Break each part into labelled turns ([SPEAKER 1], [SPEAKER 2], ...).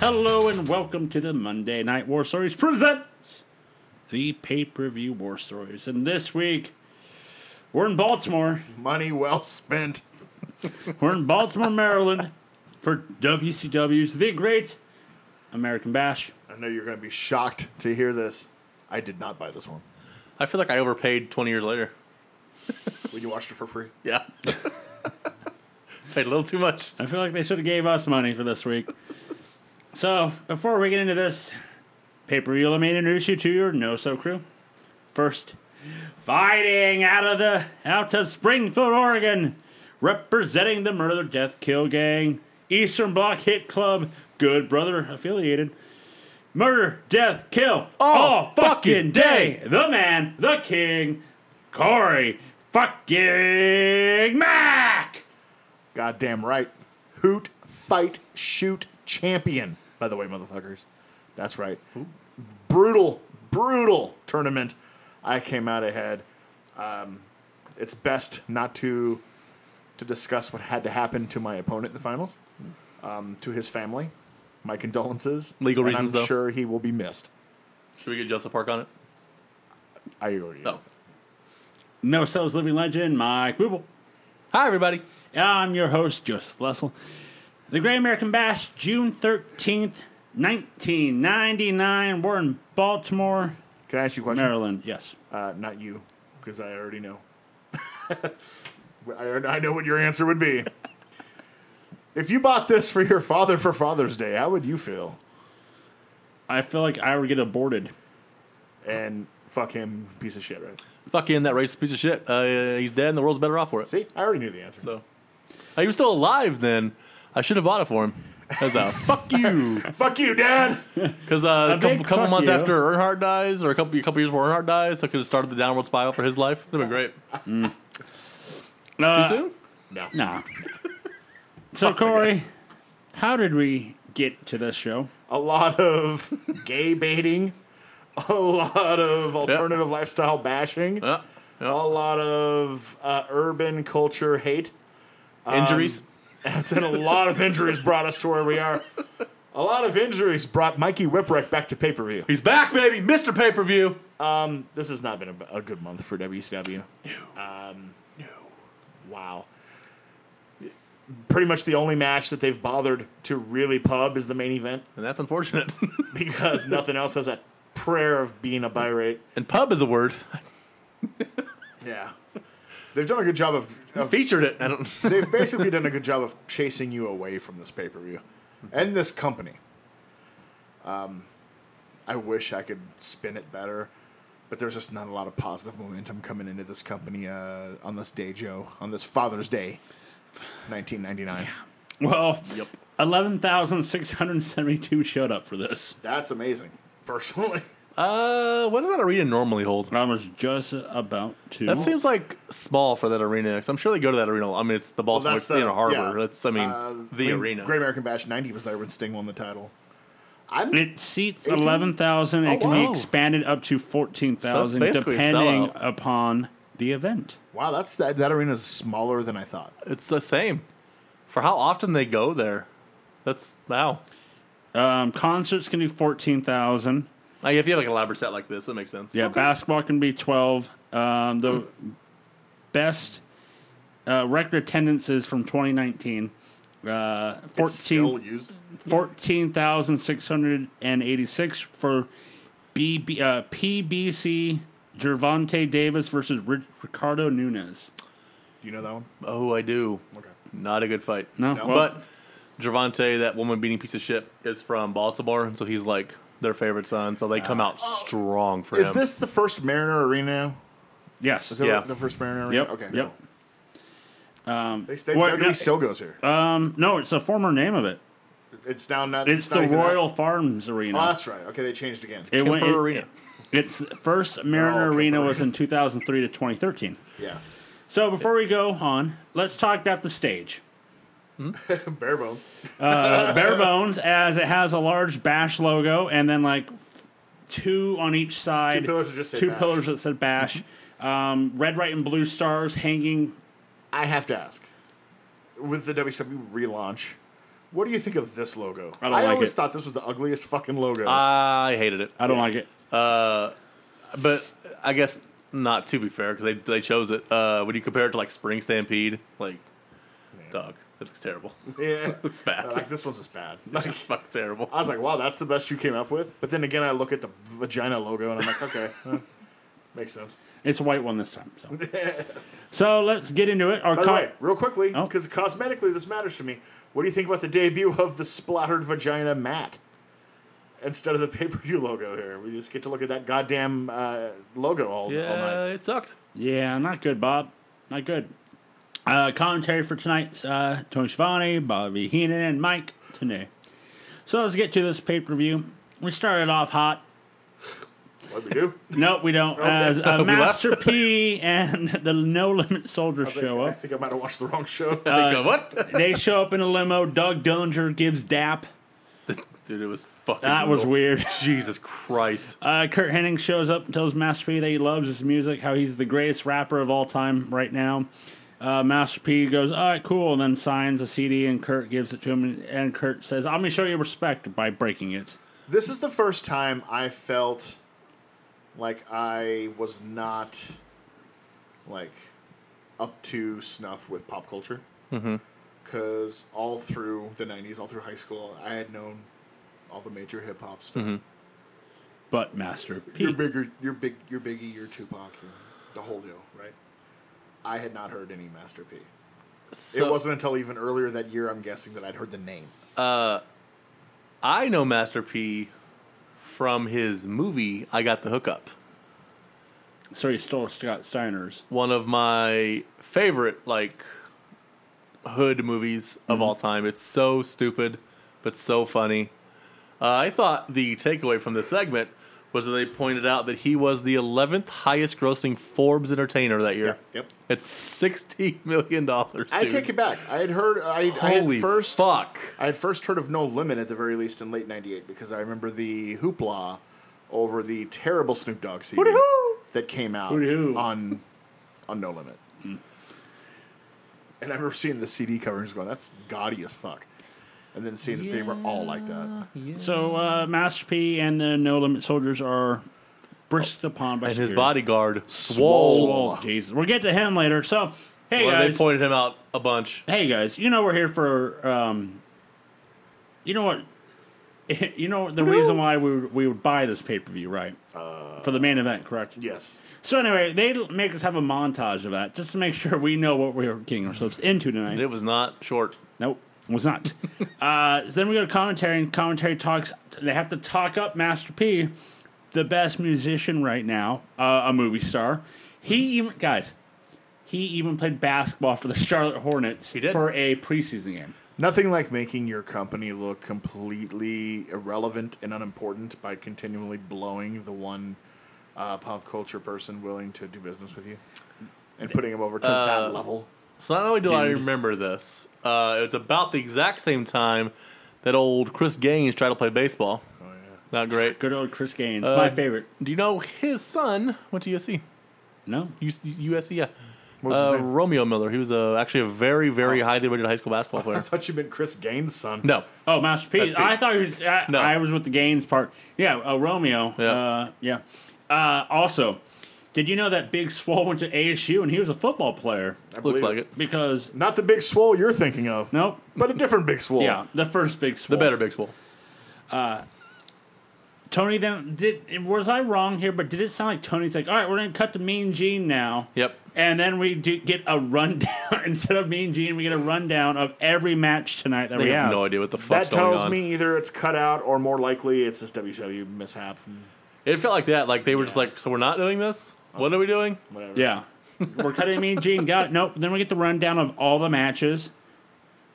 [SPEAKER 1] Hello and welcome to the Monday Night War Stories presents the pay-per-view War Stories. And this week we're in Baltimore.
[SPEAKER 2] Money well spent.
[SPEAKER 1] We're in Baltimore, Maryland for WCW's The Great American Bash.
[SPEAKER 2] I know you're going to be shocked to hear this. I did not buy this one.
[SPEAKER 3] I feel like I overpaid 20 years later.
[SPEAKER 2] When you watched it for free,
[SPEAKER 3] Yeah. Paid a little too much.
[SPEAKER 1] I feel like they should have gave us money for this week. So before we get into this pay-per-view, let me introduce you to your no-so crew. First, fighting out of the out of Springfield, Oregon, representing the Murder Death Kill Gang, Eastern Block Hit Club, Good Brother affiliated. Murder, death, kill, all, fucking day. The man, the king, Corey fucking Mac.
[SPEAKER 2] goddamn right. Hoot, fight, shoot, champion. By the way, motherfuckers, that's right. Brutal, brutal tournament. I came out ahead. Um, it's best not to to discuss what had to happen to my opponent in the finals. Um, to his family, my condolences.
[SPEAKER 3] Hmm. Legal
[SPEAKER 2] and
[SPEAKER 3] reasons,
[SPEAKER 2] I'm
[SPEAKER 3] though.
[SPEAKER 2] sure he will be missed.
[SPEAKER 3] Should we get Joseph Park on it?
[SPEAKER 2] I already.
[SPEAKER 3] No.
[SPEAKER 1] No Cells Living Legend, Mike Booble.
[SPEAKER 3] Hi, everybody.
[SPEAKER 1] I'm your host, Joseph Lessel. The Great American Bash, June 13th, 1999. We're in Baltimore,
[SPEAKER 2] Can I ask you a question?
[SPEAKER 1] Maryland. Yes.
[SPEAKER 2] Uh, not you, because I already know. I, already- I know what your answer would be. if you bought this for your father for Father's Day, how would you feel?
[SPEAKER 1] I feel like I would get aborted.
[SPEAKER 2] And fuck him, piece of shit, right?
[SPEAKER 3] Fuck him, that racist piece of shit. Uh, he's dead and the world's better off for it.
[SPEAKER 2] See, I already knew the answer.
[SPEAKER 3] So, uh, he was still alive then. I should have bought it for him. As a fuck you.
[SPEAKER 2] Fuck you, Dad.
[SPEAKER 3] Because uh,
[SPEAKER 1] A
[SPEAKER 3] a
[SPEAKER 1] big
[SPEAKER 3] couple, couple
[SPEAKER 1] fuck
[SPEAKER 3] months
[SPEAKER 1] you.
[SPEAKER 3] after Earnhardt dies, or a couple, a couple years before Earnhardt dies, I could have started the downward spiral for his life. That'd been great. Too
[SPEAKER 1] Uh,
[SPEAKER 3] soon?
[SPEAKER 2] No,
[SPEAKER 1] Nah. so, Corey, how did we get to this show?
[SPEAKER 2] a lot of gay baiting, a lot of alternative lifestyle bashing,
[SPEAKER 1] uh,
[SPEAKER 3] Yeah.
[SPEAKER 2] a lot of uh, urban culture hate.
[SPEAKER 3] Uh, Injuries.
[SPEAKER 1] um,
[SPEAKER 2] That's and a lot of injuries brought us to where we are. A lot of injuries brought Mikey Whipwreck back to pay per view.
[SPEAKER 3] he's back, baby. Mr. Pay Per View.
[SPEAKER 2] This has not been a, a good month for WCW. No. Um, no. Wow. Pretty much the only match that they've bothered to really pub is the main event
[SPEAKER 3] And that's unfortunate.
[SPEAKER 2] because nothing else has a prayer of being a buy rate.
[SPEAKER 3] and pub is a word.
[SPEAKER 2] Yeah. They've done a good job of, of
[SPEAKER 3] Featured it. I don't.
[SPEAKER 2] they've basically done a good job of chasing you away from this pay per view and this company. Um, I wish I could spin it better, but there's just not a lot of positive momentum coming into this company uh, on this day, Joe, on this Father's Day, 1999.
[SPEAKER 1] Well,
[SPEAKER 3] Yep.
[SPEAKER 1] 11,672 showed up for this.
[SPEAKER 2] That's amazing, personally.
[SPEAKER 3] Uh, what does that arena normally hold?
[SPEAKER 1] I was just about to.
[SPEAKER 3] That seems like small for that arena. Cause I'm sure they go to that arena. I mean, it's the Baltimore
[SPEAKER 2] that's the-
[SPEAKER 3] Theater Harbor.
[SPEAKER 2] yeah. Uh,
[SPEAKER 3] That's I mean the
[SPEAKER 2] When
[SPEAKER 3] arena.
[SPEAKER 2] Great American Bash 90 was there when Sting won the title. I'm
[SPEAKER 1] It seats
[SPEAKER 2] 18?
[SPEAKER 1] 11,000. It
[SPEAKER 2] Oh,
[SPEAKER 1] can
[SPEAKER 3] wow.
[SPEAKER 1] be expanded up to 14,000
[SPEAKER 3] So that's basically a
[SPEAKER 1] depending
[SPEAKER 3] sellout.
[SPEAKER 1] upon the event.
[SPEAKER 2] wow, that's that, that arena is smaller than I thought.
[SPEAKER 3] It's the same for how often they go there. That's wow.
[SPEAKER 1] Um, concerts can do 14,000.
[SPEAKER 3] Like if you have like an elaborate set like this, that makes sense.
[SPEAKER 1] Yeah, basketball can be 12. Um, the best uh, record attendance is from 2019. Uh, 14
[SPEAKER 2] used.
[SPEAKER 1] 14,686 for BB, uh, PBC Gervonta Davis versus Ri- Ricardo Nunez.
[SPEAKER 2] Do you know that one?
[SPEAKER 3] Oh, I do. Not a good fight.
[SPEAKER 1] No,
[SPEAKER 2] No.
[SPEAKER 1] Well,
[SPEAKER 3] But Javante, that woman beating piece of shit, is from Baltimore, and so he's like their favorite son. So they come out strong for
[SPEAKER 2] Oh. Is
[SPEAKER 3] him.
[SPEAKER 2] this the first Mariner Arena?
[SPEAKER 1] yes.
[SPEAKER 2] Is that
[SPEAKER 3] Yeah.
[SPEAKER 2] the first Mariner Arena?
[SPEAKER 1] Yep.
[SPEAKER 2] Okay.
[SPEAKER 1] Yep.
[SPEAKER 2] cool. They, they,
[SPEAKER 1] Well,
[SPEAKER 2] WWE
[SPEAKER 1] no,
[SPEAKER 2] still goes here.
[SPEAKER 1] Um, no, it's the former name of it.
[SPEAKER 2] it's now not.
[SPEAKER 1] It's
[SPEAKER 2] not
[SPEAKER 1] the
[SPEAKER 2] even that.
[SPEAKER 1] Royal Farms Arena.
[SPEAKER 2] Oh, that's right. Okay, they changed again.
[SPEAKER 1] it went,
[SPEAKER 3] Kemper
[SPEAKER 1] it-
[SPEAKER 3] Arena.
[SPEAKER 1] Its first Mariner
[SPEAKER 2] Kemper
[SPEAKER 1] Arena
[SPEAKER 2] Oh, Arena.
[SPEAKER 1] was in 2003 to 2013.
[SPEAKER 2] yeah.
[SPEAKER 1] So before we go on, let's talk about the stage.
[SPEAKER 2] Bare bones.
[SPEAKER 1] Uh, bare bones, as it has a large Bash logo, and then like two on each side.
[SPEAKER 2] Two pillars that just say
[SPEAKER 1] two
[SPEAKER 2] Bash.
[SPEAKER 1] pillars that said Bash. Um, red, white, and blue stars hanging.
[SPEAKER 2] I have to ask, with the WWE E relaunch, What do you think of this logo? I,
[SPEAKER 1] don't like
[SPEAKER 2] always
[SPEAKER 1] it. Uh,
[SPEAKER 2] thought this was the ugliest fucking logo.
[SPEAKER 3] I hated it.
[SPEAKER 1] I don't like it.
[SPEAKER 3] But I guess not to be fair because they, they chose it. Uh, when you compare it to like Spring Stampede, like dog, that looks terrible.
[SPEAKER 2] yeah.
[SPEAKER 3] It's bad.
[SPEAKER 2] like this one's just bad. Like
[SPEAKER 3] It's fucking terrible.
[SPEAKER 2] I was like, wow, that's the best you came up with. But then again, I look at the vagina logo and I'm like, okay, huh, makes sense.
[SPEAKER 1] It's a white one this time. So, so let's get into it. Our
[SPEAKER 2] By the
[SPEAKER 1] co-
[SPEAKER 2] way, real quickly,
[SPEAKER 1] Oh.
[SPEAKER 2] because cosmetically this matters to me. What do you think about the debut of the splattered vagina mat instead of the pay per view logo? Here, we just get to look at that goddamn uh, logo all, all
[SPEAKER 3] Yeah,
[SPEAKER 2] night.
[SPEAKER 3] it sucks.
[SPEAKER 1] Yeah, not good, Bob. Not good. Uh, commentary for tonight's uh, Tony Schiavone, Bobby Heenan, and Mike Tanay. So let's get to this pay per view. We started off hot.
[SPEAKER 2] What we do?
[SPEAKER 1] Nope, we don't. As uh,
[SPEAKER 3] We left.
[SPEAKER 1] Master P and the No Limit Soldier show
[SPEAKER 2] I
[SPEAKER 1] up.
[SPEAKER 2] think I might have watched the wrong show.
[SPEAKER 3] I think, uh, what?
[SPEAKER 1] They show up in a limo. Doug Dillinger gives dap.
[SPEAKER 3] Dude, it was fucking.
[SPEAKER 1] That was
[SPEAKER 3] brutal.
[SPEAKER 1] weird.
[SPEAKER 3] Jesus Christ.
[SPEAKER 1] Uh, Kurt Hennig shows up and tells Master P that he loves his music, how he's the greatest rapper of all time right now. Uh, Master P goes, all right, cool, and then signs a CD, and Kurt gives it to him, and, and Kurt says, I'm going to show you respect by breaking it.
[SPEAKER 2] this is the first time I felt like I was not like up to snuff with pop culture.
[SPEAKER 1] Mm-hmm.
[SPEAKER 2] Because all through the '90s, all through high school, I had known all the major hip hop stuff.
[SPEAKER 1] But Master
[SPEAKER 2] You're
[SPEAKER 1] P,
[SPEAKER 2] bigger, you're big, you're Biggie, you're Tupac, you're the whole deal, right? I had not heard any Master P.
[SPEAKER 3] So,
[SPEAKER 2] it wasn't until even earlier that year, I'm guessing, that I'd heard the name.
[SPEAKER 3] I know Master P from his movie, I Got the Hookup.
[SPEAKER 1] so he stole Scott Steiner's.
[SPEAKER 3] one of my favorite like hood movies of all time. It's so stupid, but so funny. Uh, I thought the takeaway from this segment was that they pointed out that he was the 11th highest grossing Forbes entertainer that year.
[SPEAKER 2] Yep.
[SPEAKER 3] It's 60 million dollars.
[SPEAKER 2] I take it back. I had heard. I, I
[SPEAKER 3] Holy
[SPEAKER 2] had first.
[SPEAKER 3] fuck.
[SPEAKER 2] I had first heard of No Limit at the very least in late '98 because I remember the hoopla over the terrible Snoop Dogg CD
[SPEAKER 3] Hoo-dee-hoo.
[SPEAKER 2] that came out
[SPEAKER 1] Hoo-dee-hoo.
[SPEAKER 2] on on No Limit.
[SPEAKER 3] Mm.
[SPEAKER 2] And I remember seeing the CD cover and just going, "That's gaudy as fuck," and then seeing that they were all like that.
[SPEAKER 1] So uh, Master P and the No Limit Soldiers are brisked upon by
[SPEAKER 3] And his
[SPEAKER 1] security.
[SPEAKER 3] bodyguard,
[SPEAKER 2] Swole.
[SPEAKER 1] Swole,
[SPEAKER 3] Swole.
[SPEAKER 1] Jesus. We'll get to him later. So, hey,
[SPEAKER 3] Well,
[SPEAKER 1] guys.
[SPEAKER 3] they pointed him out a bunch.
[SPEAKER 1] hey guys, you know we're here for um, you know what, you know the reason why we would, we would buy this pay per view, right? for the main event, correct?
[SPEAKER 2] Yes,
[SPEAKER 1] So anyway, they l- make us have a montage of that just to make sure we know what we are getting ourselves into tonight.
[SPEAKER 3] It was not short.
[SPEAKER 1] Nope, was not. uh, so then we go to commentary, and commentary talks. They have to talk up Master P, the best musician right now, uh, a movie star. He even guys. He even played basketball for the Charlotte Hornets
[SPEAKER 3] did.
[SPEAKER 1] for a preseason game.
[SPEAKER 2] nothing like making your company look completely irrelevant and unimportant by continually blowing the one uh, pop culture person willing to do business with you and putting him over to
[SPEAKER 3] Uh,
[SPEAKER 2] that level.
[SPEAKER 3] So not only do I remember this, uh, it's about the exact same time that old Chris Gaines tried to play baseball.
[SPEAKER 2] Oh, yeah.
[SPEAKER 3] Not great.
[SPEAKER 1] Good old Chris Gaines,
[SPEAKER 3] Uh,
[SPEAKER 1] my favorite.
[SPEAKER 3] Do you know his son went to USC?
[SPEAKER 1] No,
[SPEAKER 3] US, USC, yeah.
[SPEAKER 2] What was
[SPEAKER 3] Uh,
[SPEAKER 2] his name? Oh.
[SPEAKER 3] Romeo Miller. He was uh, actually a very, very highly rated high school basketball
[SPEAKER 2] I
[SPEAKER 3] player.
[SPEAKER 2] thought you meant Chris Gaines' son.
[SPEAKER 3] No,
[SPEAKER 1] oh Master P. I
[SPEAKER 3] Master P.
[SPEAKER 1] thought he was. I,
[SPEAKER 3] No.
[SPEAKER 1] I was with the Gaines part. Yeah, uh, Romeo. Yeah.
[SPEAKER 3] Yeah.
[SPEAKER 1] Uh, yeah. Uh, also, did you know that Big Swole went to ASU and he was a football player
[SPEAKER 2] I
[SPEAKER 3] looks
[SPEAKER 2] believe
[SPEAKER 3] like it.
[SPEAKER 1] because
[SPEAKER 2] Not the big swole you're thinking of.
[SPEAKER 1] nope.
[SPEAKER 2] But a different big swole.
[SPEAKER 1] Yeah, the first Big Swole.
[SPEAKER 3] The better Big Swole.
[SPEAKER 1] Tony then did. Was I wrong here? But did it sound like Tony's like, all right, we're gonna cut to Mean Gene now.
[SPEAKER 3] Yep.
[SPEAKER 1] And then we do get a rundown instead of Mean Gene, we get a rundown of every match tonight that
[SPEAKER 3] I
[SPEAKER 1] we
[SPEAKER 3] have
[SPEAKER 1] have.
[SPEAKER 3] no idea what the
[SPEAKER 2] That
[SPEAKER 3] fuck's going
[SPEAKER 2] tells
[SPEAKER 3] on.
[SPEAKER 2] me either it's cut out or more likely it's this WCW E mishap. and
[SPEAKER 3] It felt like that. Like they were just like, so we're not doing this. What are we doing?
[SPEAKER 2] Whatever.
[SPEAKER 1] Yeah. We're cutting Mean Gene. Got it. Nope. Then we get the rundown of all the matches.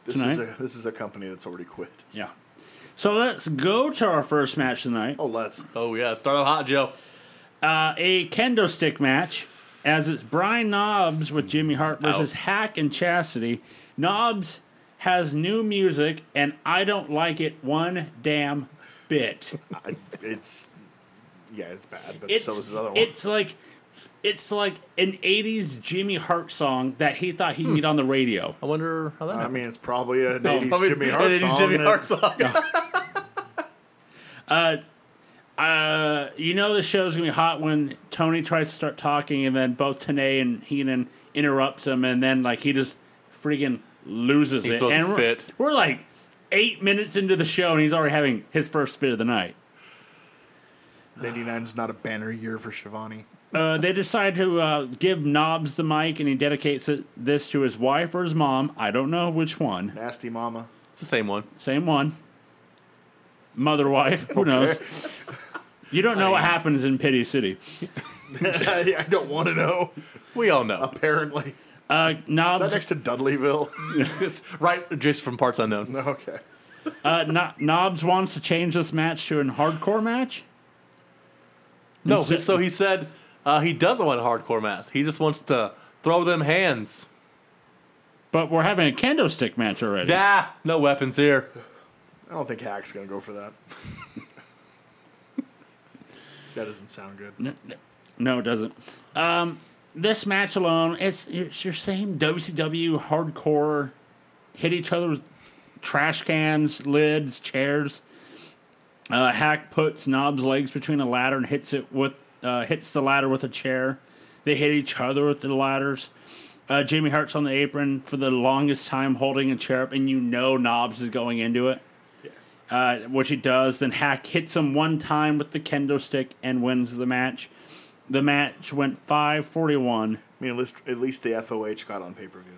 [SPEAKER 2] This is
[SPEAKER 1] tonight?
[SPEAKER 2] a this is a company that's already quit.
[SPEAKER 1] Yeah. So let's go to our first match tonight.
[SPEAKER 2] Oh, let's.
[SPEAKER 3] Oh yeah, start out hot, Joe.
[SPEAKER 1] Uh, a kendo stick match, as it's Brian Knobs with Jimmy Hart versus
[SPEAKER 3] Ow.
[SPEAKER 1] Hack and Chastity. Knobs has new music, and I don't like it one damn bit.
[SPEAKER 2] I, it's yeah, it's bad. But
[SPEAKER 1] It's
[SPEAKER 2] so is another one.
[SPEAKER 1] it's like it's like an 80s Jimmy Hart song that he thought he'd meet on the radio.
[SPEAKER 3] I wonder how that.
[SPEAKER 2] I
[SPEAKER 3] happened.
[SPEAKER 2] mean, it's probably an
[SPEAKER 3] Oh,
[SPEAKER 2] 80s
[SPEAKER 3] probably
[SPEAKER 2] Um, Jimmy
[SPEAKER 3] an
[SPEAKER 2] Hart
[SPEAKER 3] 80s
[SPEAKER 2] song.
[SPEAKER 3] Jimmy
[SPEAKER 2] that-
[SPEAKER 3] Hart song.
[SPEAKER 1] Uh, you know the show's gonna be hot when Tony tries to start talking, and then both Tanae and Heenan interrupts him, and then like he just freaking loses it.
[SPEAKER 3] throws a
[SPEAKER 1] and we're,
[SPEAKER 3] fit.
[SPEAKER 1] we're like eight minutes into the show, and he's already having his first fit of the night.
[SPEAKER 2] 99's not a banner year for Shivani.
[SPEAKER 1] Uh, they decide to uh, give Knobs the mic, and he dedicates it, this to his wife or his mom. I don't know which one.
[SPEAKER 2] Nasty mama.
[SPEAKER 3] It's the same one.
[SPEAKER 1] Same one. Mother, wife. Who knows? You don't know what happens in Pity City.
[SPEAKER 2] I I don't want to know,
[SPEAKER 3] We all know.
[SPEAKER 2] apparently. Is
[SPEAKER 1] Uh, Knobs.
[SPEAKER 2] that next to Dudleyville?
[SPEAKER 3] it's right just from parts unknown.
[SPEAKER 2] okay.
[SPEAKER 1] Uh, no- Knobs wants to change this match to an hardcore match.
[SPEAKER 3] No,
[SPEAKER 1] Instead-
[SPEAKER 3] so he said uh, he doesn't want a hardcore mask. He just wants to throw them hands.
[SPEAKER 1] But we're having a kendo stick match already.
[SPEAKER 3] Nah, no weapons here.
[SPEAKER 2] I don't think Hack's going to go for that. that doesn't sound good.
[SPEAKER 1] N- n- no, it doesn't. Um, this match alone, it's, it's your same WCW hardcore hit each other with trash cans, lids, chairs. Uh, Hack puts Knob's legs between a ladder and hits it with uh, hits the ladder with a chair. They hit each other with the ladders. Uh, Jamie Hart's on the apron for the longest time holding a chair up, and you know Knobs is going into it. Uh, which he does. Then Hack hits him one time with the kendo stick and wins the match. The match went 541.
[SPEAKER 2] I mean, at least, at least the FOH got on pay per view.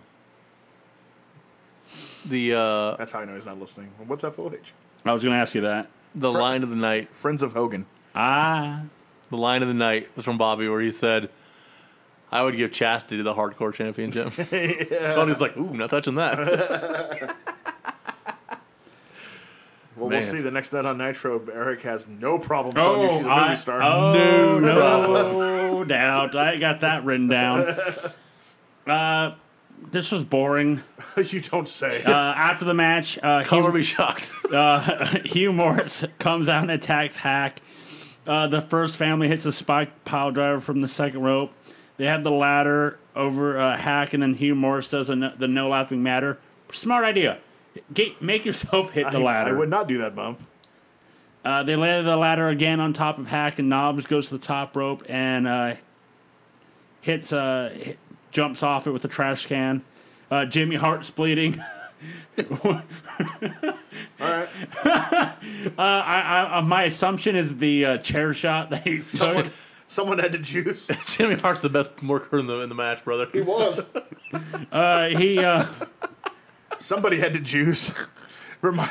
[SPEAKER 3] The uh,
[SPEAKER 2] That's how I know he's not listening. What's FOH?
[SPEAKER 1] I was going to ask you that.
[SPEAKER 3] the line of the night
[SPEAKER 2] Friends of Hogan.
[SPEAKER 1] Ah,
[SPEAKER 3] the line of the night was from Bobby where he said, I would give chastity the hardcore championship. Tony's like, ooh, not touching that.
[SPEAKER 2] Well,
[SPEAKER 3] Man.
[SPEAKER 2] we'll see. The next night on Nitro, Eric has no problem telling you she's a movie
[SPEAKER 1] I-
[SPEAKER 2] star.
[SPEAKER 1] Oh, no, doubt. I got that written down. Uh, this was boring.
[SPEAKER 2] you don't say.
[SPEAKER 1] Uh, after the match, uh,
[SPEAKER 3] Color me shocked.
[SPEAKER 1] Hugh Morris comes out and attacks Hack. Uh, the first family hits a spike pile driver from the second rope. They have the ladder over uh, Hack, and then Hugh Morris does a no, the no laughing matter. Smart idea. Get, make yourself hit the
[SPEAKER 2] I, I
[SPEAKER 1] ladder.
[SPEAKER 2] would not do that bump.
[SPEAKER 1] Uh, they lay the ladder again on top of Hack, and Knobs goes to the top rope and uh, hits, uh, hit, jumps off it with a trash can. Uh, Jimmy Hart's bleeding.
[SPEAKER 2] All right.
[SPEAKER 1] Uh, I, I, uh, my assumption is the uh, chair shot that he took.
[SPEAKER 2] Someone, someone had to juice.
[SPEAKER 3] Jimmy Hart's the best worker in the, in the match, brother.
[SPEAKER 2] He was.
[SPEAKER 1] Uh, he uh,
[SPEAKER 2] Somebody had to juice. Remi-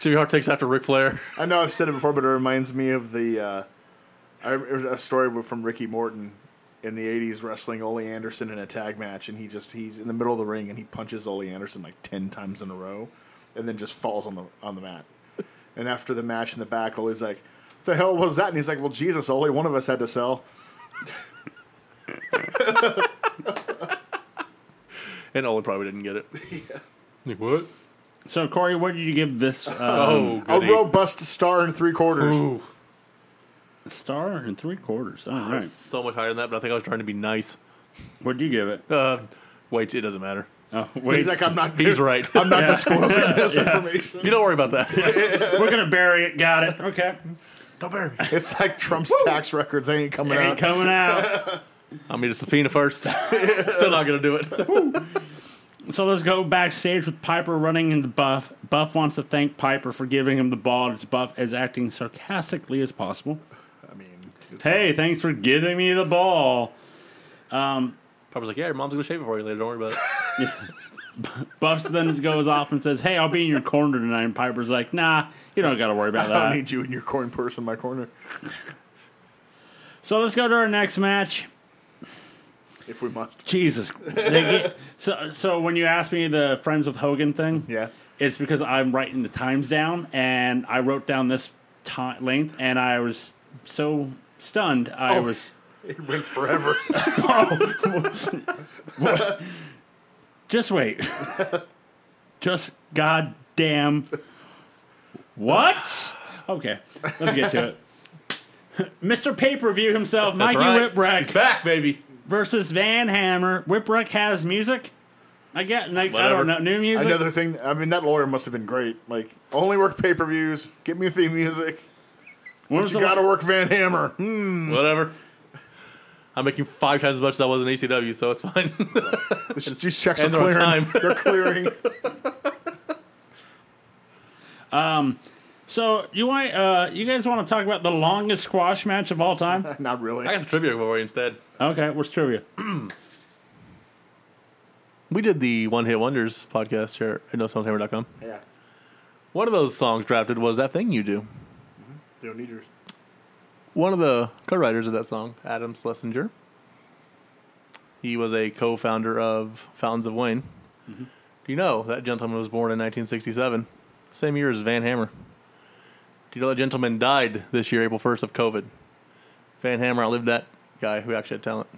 [SPEAKER 3] Jimmy Hart takes after Ric Flair.
[SPEAKER 2] I know I've said it before, but it reminds me of the uh, I, it was a story from Ricky Morton in the '80s wrestling Ole Anderson in a tag match, and he just he's in the middle of the ring and he punches Ole Anderson like ten times in a row, and then just falls on the on the mat. And after the match in the back, Ole's like, "The hell was that?" And he's like, "Well, Jesus, Ole, one of us had to sell."
[SPEAKER 3] And Ole probably didn't get it. Like, what?
[SPEAKER 1] so Corey, what did you give this uh,
[SPEAKER 3] Oh,
[SPEAKER 2] A
[SPEAKER 3] goody.
[SPEAKER 2] robust star and three quarters.
[SPEAKER 3] Ooh.
[SPEAKER 1] star and three quarters? All right,
[SPEAKER 3] So much higher than that, but I think I was trying to be nice.
[SPEAKER 1] what did you give it?
[SPEAKER 3] Uh, wait, it doesn't matter.
[SPEAKER 1] Oh, wait,
[SPEAKER 2] He's like, "I'm not.
[SPEAKER 3] He's right.
[SPEAKER 2] I'm not
[SPEAKER 1] Yeah.
[SPEAKER 2] disclosing this information."
[SPEAKER 3] you don't worry about that.
[SPEAKER 1] we're gonna bury it. Got it. Okay,
[SPEAKER 3] don't bury me.
[SPEAKER 2] It's like Trump's tax records. They ain't coming
[SPEAKER 1] ain't
[SPEAKER 2] out.
[SPEAKER 1] coming out.
[SPEAKER 3] I'm going to subpoena first. Still not going to do it.
[SPEAKER 1] So let's go backstage with Piper running into Buff. Buff wants to thank Piper for giving him the ball as Buff is acting sarcastically as possible.
[SPEAKER 2] I mean, it's-
[SPEAKER 1] Hey, thanks for giving me the ball.
[SPEAKER 3] Probably like, yeah, your mom's going to shave it for you later. Don't worry about it.
[SPEAKER 1] Buff then goes off and says, "Hey, I'll be in your corner tonight." And Piper's like, "Nah, you don't got to worry about
[SPEAKER 2] I don't
[SPEAKER 1] that."
[SPEAKER 2] need you in your corn purse in my corner.
[SPEAKER 1] So let's go to our next match.
[SPEAKER 2] If we must.
[SPEAKER 1] Jesus. They get- so, so when you asked me the Friends with Hogan thing,
[SPEAKER 2] Yeah.
[SPEAKER 1] it's because I'm writing the times down, and I wrote down this time length, and I was so stunned. I
[SPEAKER 2] Oh.
[SPEAKER 1] was
[SPEAKER 2] It went forever.
[SPEAKER 1] just wait, just goddamn what? Okay, let's get to it. Mr. Pay Per View himself,
[SPEAKER 3] That's
[SPEAKER 1] Mikey
[SPEAKER 3] right. He's
[SPEAKER 1] Whipwreck
[SPEAKER 3] back, baby.
[SPEAKER 1] versus Van Hammer. Whipwreck has music. I get like I
[SPEAKER 3] Whatever.
[SPEAKER 1] don't know new music.
[SPEAKER 2] Another thing, I mean, that lawyer must have been great. Like, only work pay per views. Get me theme music.
[SPEAKER 1] When was
[SPEAKER 2] You
[SPEAKER 1] the-
[SPEAKER 2] gotta work Van Hammer.
[SPEAKER 3] Whatever. I'm making five times as much as I was in ECW, so it's fine.
[SPEAKER 2] These these checks are
[SPEAKER 3] And they're on
[SPEAKER 2] clearing.
[SPEAKER 3] time.
[SPEAKER 2] They're clearing.
[SPEAKER 1] so you want uh, you guys want to talk about the longest squash match of all time?
[SPEAKER 2] Not
[SPEAKER 3] I got
[SPEAKER 2] really.
[SPEAKER 3] some trivia for you instead.
[SPEAKER 1] Okay, what's trivia?
[SPEAKER 3] We did the One Hit Wonders podcast here at NoSoundTamer.com.
[SPEAKER 2] Yeah.
[SPEAKER 3] One of those songs drafted was That Thing You Do.
[SPEAKER 2] Don't need yours.
[SPEAKER 3] One of the co writers of that song, Adam Schlesinger, he was a co founder of Fountains of Wayne.
[SPEAKER 1] Mm-hmm.
[SPEAKER 3] Do you know that gentleman was born in 1967, same year as Van Hammer? Do you know that gentleman died this year, April 1st, of COVID? Van Hammer outlived that guy who actually had talent.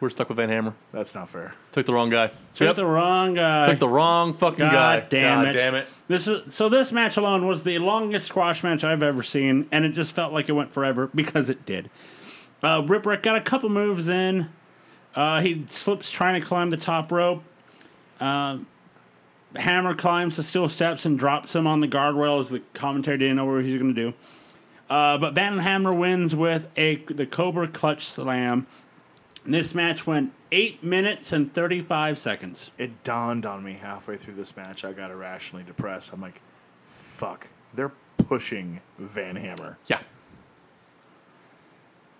[SPEAKER 3] We're stuck with Van Hammer.
[SPEAKER 2] That's not fair.
[SPEAKER 3] Took the wrong guy.
[SPEAKER 1] Took
[SPEAKER 3] Yep.
[SPEAKER 1] the wrong guy.
[SPEAKER 3] Took the wrong fucking
[SPEAKER 1] God
[SPEAKER 3] guy.
[SPEAKER 1] damn
[SPEAKER 3] God
[SPEAKER 1] it.
[SPEAKER 3] damn it.
[SPEAKER 1] This is so. This match alone was the longest squash match I've ever seen, and it just felt like it went forever because it did. Uh, Ribrick got a couple moves in. Uh, he slips trying to climb the top rope. Uh, Hammer climbs the steel steps and drops him on the guardrail as the commentary didn't know what he was going to do. Uh, but Van Hammer wins with a the Cobra Clutch Slam. This match went eight minutes and thirty five seconds.
[SPEAKER 2] It dawned on me halfway through this match. I got irrationally depressed. I'm like, fuck. They're pushing Van Hammer.
[SPEAKER 3] Yeah.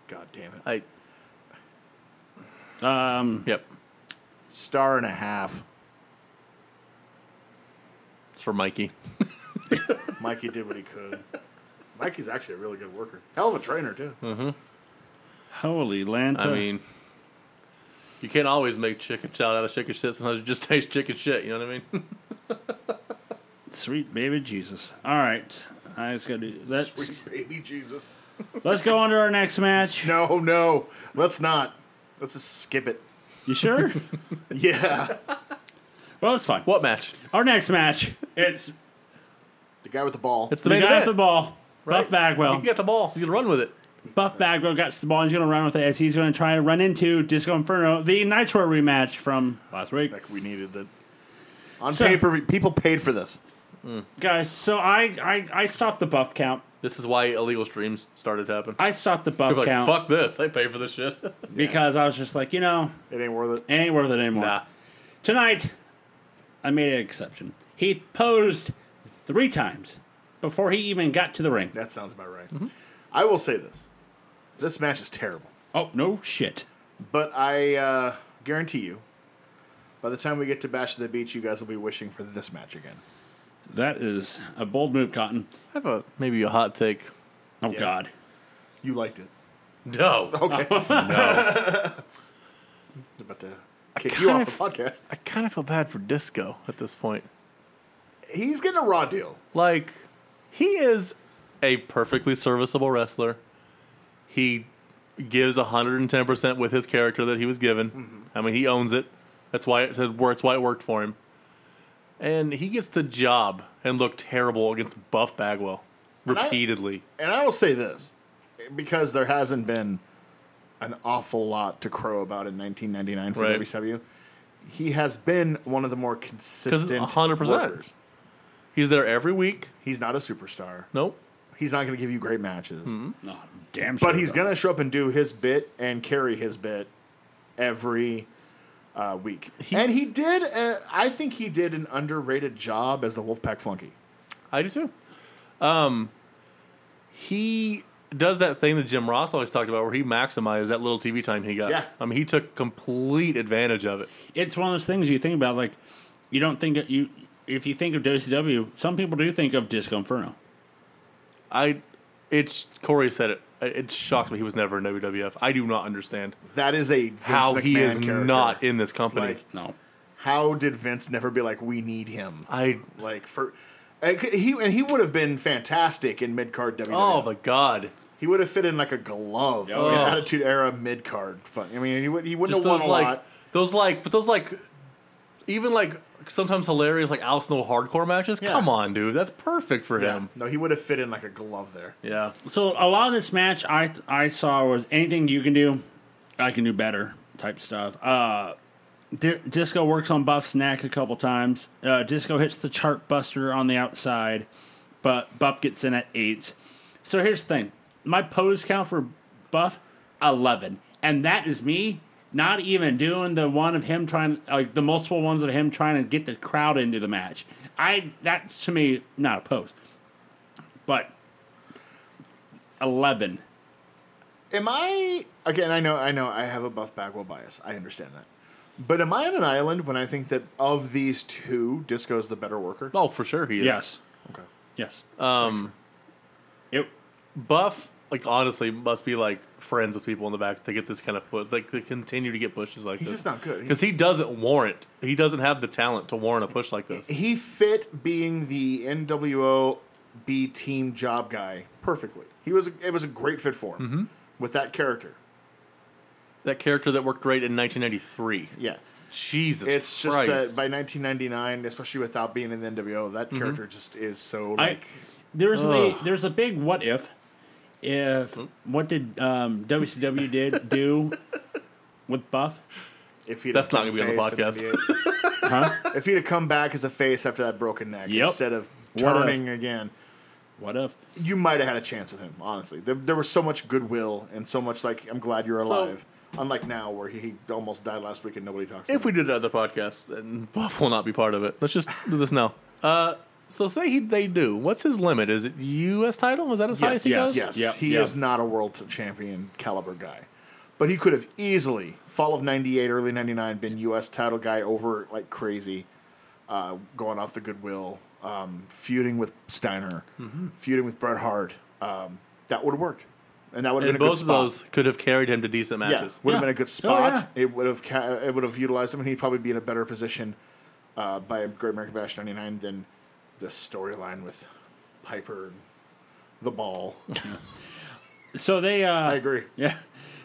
[SPEAKER 2] God damn it.
[SPEAKER 3] I. Um. Yep.
[SPEAKER 2] Star and a half.
[SPEAKER 3] It's for Mikey.
[SPEAKER 2] Mikey did what he could. Mikey's actually a really good worker. Hell of a trainer, too.
[SPEAKER 1] Holy Lanta!
[SPEAKER 3] I mean, you can't always make chicken chow out of chicken shit. Sometimes it just tastes chicken shit. You know what I mean?
[SPEAKER 1] Sweet baby Jesus. All right. I just gotta do let's,
[SPEAKER 2] Sweet baby Jesus.
[SPEAKER 1] let's go on to our next match.
[SPEAKER 2] No, no. Let's not. Let's just skip it.
[SPEAKER 1] You sure?
[SPEAKER 2] Yeah.
[SPEAKER 1] well, it's fine.
[SPEAKER 3] what match?
[SPEAKER 1] Our next match. It's
[SPEAKER 2] the guy with the ball.
[SPEAKER 3] It's the
[SPEAKER 1] the
[SPEAKER 3] main
[SPEAKER 1] guy
[SPEAKER 3] event.
[SPEAKER 1] with the ball. Buff
[SPEAKER 3] right? He
[SPEAKER 1] Bagwell.
[SPEAKER 3] can get the ball. He's gonna run with it.
[SPEAKER 1] Buff Bagwell gets the ball. And he's gonna run with it as he's gonna try and run into Disco Inferno, the Nitro rematch from last week,
[SPEAKER 2] Like, we needed that. On
[SPEAKER 1] So-
[SPEAKER 2] paper, people paid for this.
[SPEAKER 1] guys. So I I, I stopped the buff count.
[SPEAKER 3] This is why illegal streams started to happen.
[SPEAKER 1] I stopped the buff
[SPEAKER 3] People are like,
[SPEAKER 1] count
[SPEAKER 3] fuck this. I pay for this shit.
[SPEAKER 1] because I was just like, you know,
[SPEAKER 2] It ain't worth it.
[SPEAKER 1] it ain't worth it anymore.
[SPEAKER 3] nah.
[SPEAKER 1] Tonight, I made an exception. He posed three times before he even got to the ring.
[SPEAKER 2] That sounds about right.
[SPEAKER 3] Mm-hmm.
[SPEAKER 2] I will say this this match is terrible.
[SPEAKER 1] Oh, no shit.
[SPEAKER 2] But I uh, guarantee you, by the time we get to Bash of the Beach, you guys will be wishing for this match again.
[SPEAKER 1] That is a bold move, Cotton.
[SPEAKER 3] I have a maybe a hot take.
[SPEAKER 1] Oh, God.
[SPEAKER 2] You liked it.
[SPEAKER 3] No.
[SPEAKER 2] Okay.
[SPEAKER 3] no.
[SPEAKER 2] I'm about to kick you
[SPEAKER 3] kind
[SPEAKER 2] off the
[SPEAKER 3] of-
[SPEAKER 2] podcast.
[SPEAKER 3] I kind of feel bad for Disco at this point.
[SPEAKER 2] He's getting a raw deal.
[SPEAKER 3] Like, he is a perfectly serviceable wrestler. He gives 110% with his character that he was given.
[SPEAKER 2] Mm-hmm.
[SPEAKER 3] I mean, he owns it. That's why it, that's why it worked for him. And he gets the job and looked terrible against Buff Bagwell
[SPEAKER 2] I-
[SPEAKER 3] repeatedly.
[SPEAKER 2] And I will say this because there hasn't been an awful lot to crow about in 1999 for
[SPEAKER 3] Right.
[SPEAKER 2] WCW. He has been one of the more consistent
[SPEAKER 3] 100%.
[SPEAKER 2] workers.
[SPEAKER 3] He's there every week.
[SPEAKER 2] He's not a superstar.
[SPEAKER 3] Nope.
[SPEAKER 2] He's not going to give you great matches,
[SPEAKER 1] No, damn sure
[SPEAKER 2] but he's
[SPEAKER 1] about
[SPEAKER 2] going to show up and do his bit and carry his bit every uh, week. and he did. Uh, I think he did an underrated job as the Wolfpack Flunky.
[SPEAKER 3] I do too. Um, he does that thing that Jim Ross always talked about, where he maximized that little TV time he got.
[SPEAKER 2] Yeah.
[SPEAKER 3] I mean, he took complete advantage of it.
[SPEAKER 1] it. It's one of those things you think about, like, you don't think that you, if you think of WCW, some people do think of Disco Inferno.
[SPEAKER 3] I, it's Corey said it. It- It shocked me he was never in WWF. I do not understand
[SPEAKER 2] That is a Vince
[SPEAKER 3] how he
[SPEAKER 2] McMahon
[SPEAKER 3] is
[SPEAKER 2] character.
[SPEAKER 3] not in this company.
[SPEAKER 2] Like,
[SPEAKER 1] No.
[SPEAKER 2] how did Vince never be like, we need him?
[SPEAKER 3] I
[SPEAKER 2] Like for and c- he and he would have been fantastic in mid card WWE.
[SPEAKER 3] oh my god,
[SPEAKER 2] E. he would have fit in like a glove
[SPEAKER 1] Oh,
[SPEAKER 2] in
[SPEAKER 3] yeah.
[SPEAKER 2] Attitude Era mid card. Fun. I mean, he would he wouldn't
[SPEAKER 3] just
[SPEAKER 2] have won
[SPEAKER 3] those
[SPEAKER 2] a
[SPEAKER 3] like
[SPEAKER 2] lot.
[SPEAKER 3] those like but those like even like sometimes hilarious like Al Snow hardcore matches.
[SPEAKER 2] Yeah.
[SPEAKER 3] Come on, dude, that's perfect for him.
[SPEAKER 2] No, he would have fit in like a glove there.
[SPEAKER 3] Yeah,
[SPEAKER 1] So a lot of this match I I saw was anything you can do, I can do better type stuff. Uh, Di- Disco works on Buff's neck a couple times. Uh, Disco hits the chart buster on the outside, but Buff gets in at eight. So here's the thing: my pose count for Buff, eleven, and that is me not even doing the one of him trying like the multiple ones of him trying to get the crowd into the match. I that's to me not a pose, but eleven.
[SPEAKER 2] Am I again? I know, I know, I have a Buff Bagwell bias. I understand that. But am I on an island when I think that of these two, Disco's the better worker?
[SPEAKER 3] oh for sure he is.
[SPEAKER 1] Yes.
[SPEAKER 2] Okay.
[SPEAKER 1] Yes.
[SPEAKER 3] Um,
[SPEAKER 1] It,
[SPEAKER 3] Buff like honestly must be like friends with people in the back to get this kind of push. Like they continue to get pushes like
[SPEAKER 2] He's
[SPEAKER 3] this.
[SPEAKER 2] just not good.
[SPEAKER 3] because he doesn't warrant. He doesn't have the talent to warrant a push like this.
[SPEAKER 2] He fit being the NWO B team job guy perfectly. He was it was a great fit for him
[SPEAKER 3] Mm-hmm.
[SPEAKER 2] with that character.
[SPEAKER 3] That character that worked great in 1993.
[SPEAKER 2] Yeah.
[SPEAKER 3] Jesus
[SPEAKER 2] It's just
[SPEAKER 3] Christ.
[SPEAKER 2] that
[SPEAKER 3] Mm-hmm.
[SPEAKER 2] by 1999, especially without being in the NWO, that character just is so
[SPEAKER 1] I,
[SPEAKER 2] like
[SPEAKER 1] there's a
[SPEAKER 3] Ugh. Hmm?
[SPEAKER 1] there's a big what if if what did um, WCW did do with Buff?
[SPEAKER 2] if he'd
[SPEAKER 3] That's
[SPEAKER 2] have
[SPEAKER 3] not
[SPEAKER 2] been
[SPEAKER 3] gonna be on the
[SPEAKER 2] face in
[SPEAKER 3] podcast.
[SPEAKER 2] 98. If he'd have come back as a face after that broken neck
[SPEAKER 1] Yep.
[SPEAKER 2] instead of
[SPEAKER 1] What a-
[SPEAKER 2] turning again,
[SPEAKER 1] What if?
[SPEAKER 2] you might have had a chance with him. Honestly, there, there was so much goodwill and so much like I'm glad you're alive. Unlike now, where he, he almost died last week and nobody talks.
[SPEAKER 3] if
[SPEAKER 2] about
[SPEAKER 3] we
[SPEAKER 2] it.
[SPEAKER 3] did another podcast, and Buff will not be part of it. Let's just do this now. Uh, so say he they do. What's his limit? Is it U.S. title? Is that as high as he
[SPEAKER 1] yes,
[SPEAKER 3] goes?
[SPEAKER 2] Yes,
[SPEAKER 1] Yep,
[SPEAKER 2] he
[SPEAKER 1] yep.
[SPEAKER 2] is not a world champion caliber guy, but he could have easily fall of '98, early '99, been U.S. title guy over like crazy, uh, going off the goodwill, um, feuding with Steiner,
[SPEAKER 3] Mm-hmm.
[SPEAKER 2] feuding with Bret Hart. Um, that would have worked, and that would have
[SPEAKER 3] And
[SPEAKER 2] been a good
[SPEAKER 3] both of
[SPEAKER 2] spot.
[SPEAKER 3] those could have carried him to decent
[SPEAKER 2] yeah,
[SPEAKER 3] matches.
[SPEAKER 2] would have
[SPEAKER 1] Yeah.
[SPEAKER 2] been a
[SPEAKER 1] Oh,
[SPEAKER 2] good spot.
[SPEAKER 1] yeah.
[SPEAKER 2] It would have ca- it would have utilized him, and he'd probably be in a better position uh, by Great American Bash '99 than the storyline with Piper and the Ball.
[SPEAKER 1] So they uh,
[SPEAKER 2] I agree.
[SPEAKER 1] Yeah.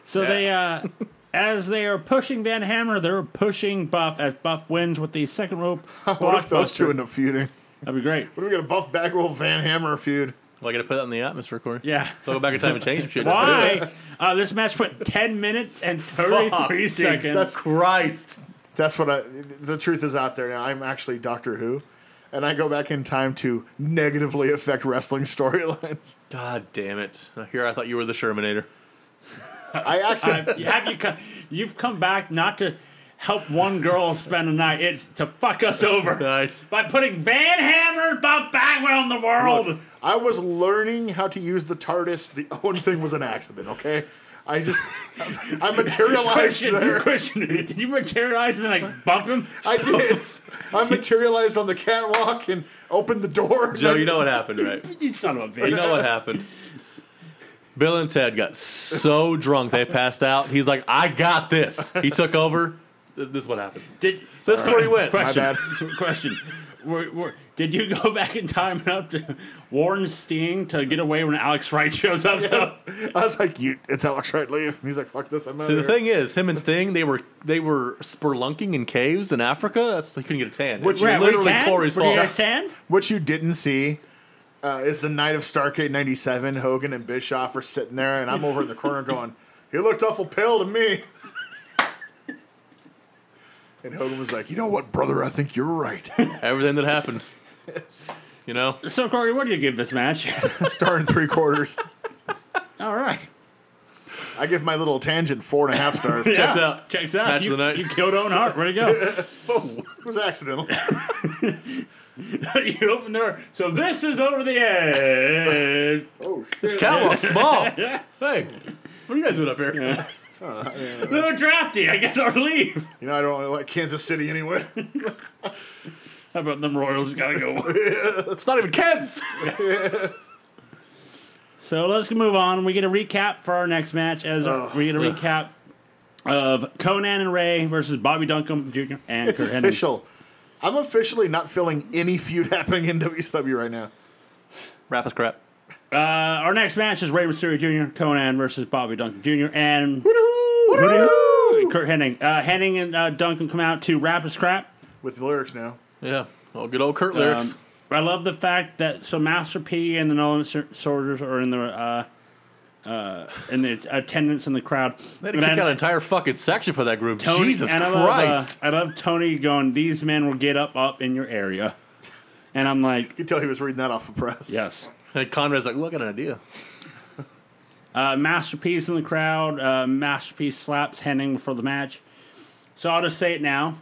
[SPEAKER 1] So they uh as they are pushing Van Hammer, they're pushing Buff as Buff wins with the second rope.
[SPEAKER 2] What if those two
[SPEAKER 1] blockbuster.
[SPEAKER 2] end up feuding?
[SPEAKER 1] That'd be great.
[SPEAKER 2] What if we get a Buff Bagwell Van Hammer feud?
[SPEAKER 3] Well, I got to put that in the atmosphere, Corey.
[SPEAKER 1] Yeah.
[SPEAKER 3] They'll go back in time and change some shit. Just do it.
[SPEAKER 1] Why? Uh, this match went 10 minutes and 33
[SPEAKER 3] dude,
[SPEAKER 1] seconds.
[SPEAKER 2] that's-
[SPEAKER 3] Christ.
[SPEAKER 2] That's what I. The truth is out there now. I'm actually Doctor Who, and I go back in time to negatively affect wrestling storylines.
[SPEAKER 3] God damn it. Here I thought you were the Shermanator.
[SPEAKER 2] I actually.
[SPEAKER 1] Have, have you come, you've come back not to help one girl spend a night. It's to fuck us over
[SPEAKER 3] Right.
[SPEAKER 1] by putting Van Hammer and Bob Bagwell in the world.
[SPEAKER 2] I was learning how to use the TARDIS. The only thing was an accident. Okay, I just I materialized
[SPEAKER 1] Question,
[SPEAKER 2] there.
[SPEAKER 1] question. Did you materialize and then like bump him?
[SPEAKER 2] I did. I materialized on the catwalk and opened the door.
[SPEAKER 3] Joe, you know what happened, right?
[SPEAKER 1] you son of a bitch.
[SPEAKER 3] You know what happened. Bill and Ted got so drunk they passed out. He's like, I got this. He took over. This, this is what happened.
[SPEAKER 1] Did,
[SPEAKER 3] This is where he went.
[SPEAKER 1] Question.
[SPEAKER 2] bad.
[SPEAKER 1] question. Were, were, did you go back in time enough to warn Sting to get away when Alex Wright shows up? So
[SPEAKER 2] I was like, "You, it's Alex Wright. Leave." He's like, "Fuck this." I'm out
[SPEAKER 3] See, the thing is, him and Sting, they were they were spelunking in caves in Africa. That's he couldn't get a tan.
[SPEAKER 2] Which
[SPEAKER 3] It's
[SPEAKER 2] Where-
[SPEAKER 1] Brad,
[SPEAKER 3] literally
[SPEAKER 1] were you tan?
[SPEAKER 3] Corey's
[SPEAKER 1] Were you
[SPEAKER 3] fault.
[SPEAKER 1] guys tan?
[SPEAKER 2] What you didn't see uh, is the night of Starcade '97. Hogan and Bischoff are sitting there, and I'm over in the corner going, "You looked awful pale to me." And Hogan was like, "You know what, brother? I think you're right."
[SPEAKER 3] Everything that happened. You know,
[SPEAKER 1] So Corey, what do you give this match?
[SPEAKER 2] Star and three quarters.
[SPEAKER 1] All right.
[SPEAKER 2] I give my little tangent four and a half stars. It
[SPEAKER 3] Checks out.
[SPEAKER 1] Checks out.
[SPEAKER 3] Match of
[SPEAKER 1] you,
[SPEAKER 3] the night.
[SPEAKER 1] You killed Owen Hart. Where'd he go?
[SPEAKER 2] was accidental.
[SPEAKER 1] you open the door. So this is over the edge.
[SPEAKER 2] Oh
[SPEAKER 3] this
[SPEAKER 2] shit!
[SPEAKER 3] catwalk's small. Hey,
[SPEAKER 1] Yeah.
[SPEAKER 3] what are you guys doing up here?
[SPEAKER 1] A little drafty. I guess I'll leave.
[SPEAKER 2] You know I don't really like Kansas City anyway.
[SPEAKER 1] How about them Royals? Gotta go.
[SPEAKER 3] It's not even Kansas.
[SPEAKER 1] So let's move on. We get a recap for our next match as we get a recap of Conan and Ray versus Bobby Duncombe Jr. and
[SPEAKER 2] It's
[SPEAKER 1] Kurt Hennig.
[SPEAKER 2] official. I'm officially not feeling any feud happening in WCW right now.
[SPEAKER 3] Rap is crap.
[SPEAKER 1] Uh, our next match is Ray Mysterio Jr., Conan versus Bobby Duncan Jr. and
[SPEAKER 2] Woo-hoo!
[SPEAKER 1] Kurt Hennig. Uh, Hennig and uh, Duncan come out to Rapid Scrap.
[SPEAKER 2] with the lyrics now.
[SPEAKER 3] Yeah. Well, good old Kurt lyrics.
[SPEAKER 1] Um, I love the fact that so Master P and the Nolan Sor- Soldiers are in the uh, uh, in the attendance in the crowd.
[SPEAKER 3] they had to
[SPEAKER 1] And
[SPEAKER 3] kick
[SPEAKER 1] I-
[SPEAKER 3] out an entire fucking section for that group.
[SPEAKER 1] Tony-
[SPEAKER 3] Jesus
[SPEAKER 1] and I
[SPEAKER 3] Christ.
[SPEAKER 1] love, uh, I love Tony going. These men will get up up in your area, and I'm like,
[SPEAKER 2] You could tell he was reading that off the press.
[SPEAKER 1] yes.
[SPEAKER 3] and Conrad's like, "Ooh, I got an idea."
[SPEAKER 1] Uh, masterpiece in the crowd. Uh, masterpiece slaps Henning before the match. So I'll just say it now.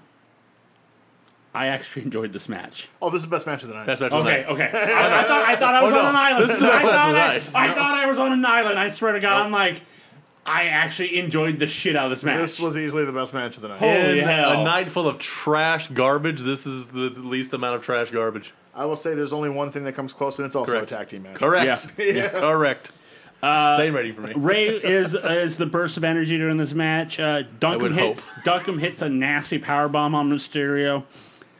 [SPEAKER 1] I actually enjoyed this match.
[SPEAKER 2] Oh, this is the best match of the night.
[SPEAKER 3] That's actually
[SPEAKER 1] Okay, okay. I, I thought I thought I was
[SPEAKER 3] Oh, no.
[SPEAKER 1] on an island.
[SPEAKER 3] This is the
[SPEAKER 1] I,
[SPEAKER 3] best match of
[SPEAKER 1] thought
[SPEAKER 3] the
[SPEAKER 1] I,
[SPEAKER 3] night.
[SPEAKER 1] I thought I was on an island. I swear to God, I'm like, I actually enjoyed the shit out of this match.
[SPEAKER 2] this was easily the best match of the night.
[SPEAKER 1] Holy
[SPEAKER 3] In
[SPEAKER 1] hell.
[SPEAKER 3] a night full of trash garbage, this is the least amount of trash garbage.
[SPEAKER 2] I will say there's only one thing that comes close, and it's also
[SPEAKER 3] Correct.
[SPEAKER 2] a tag team match.
[SPEAKER 3] Correct.
[SPEAKER 1] Yeah.
[SPEAKER 3] Correct. Same ready for me.
[SPEAKER 1] Ray is is the burst of energy during this match. Uh, Duncan
[SPEAKER 3] would
[SPEAKER 1] hits Duncan hits a nasty power bomb on Mysterio.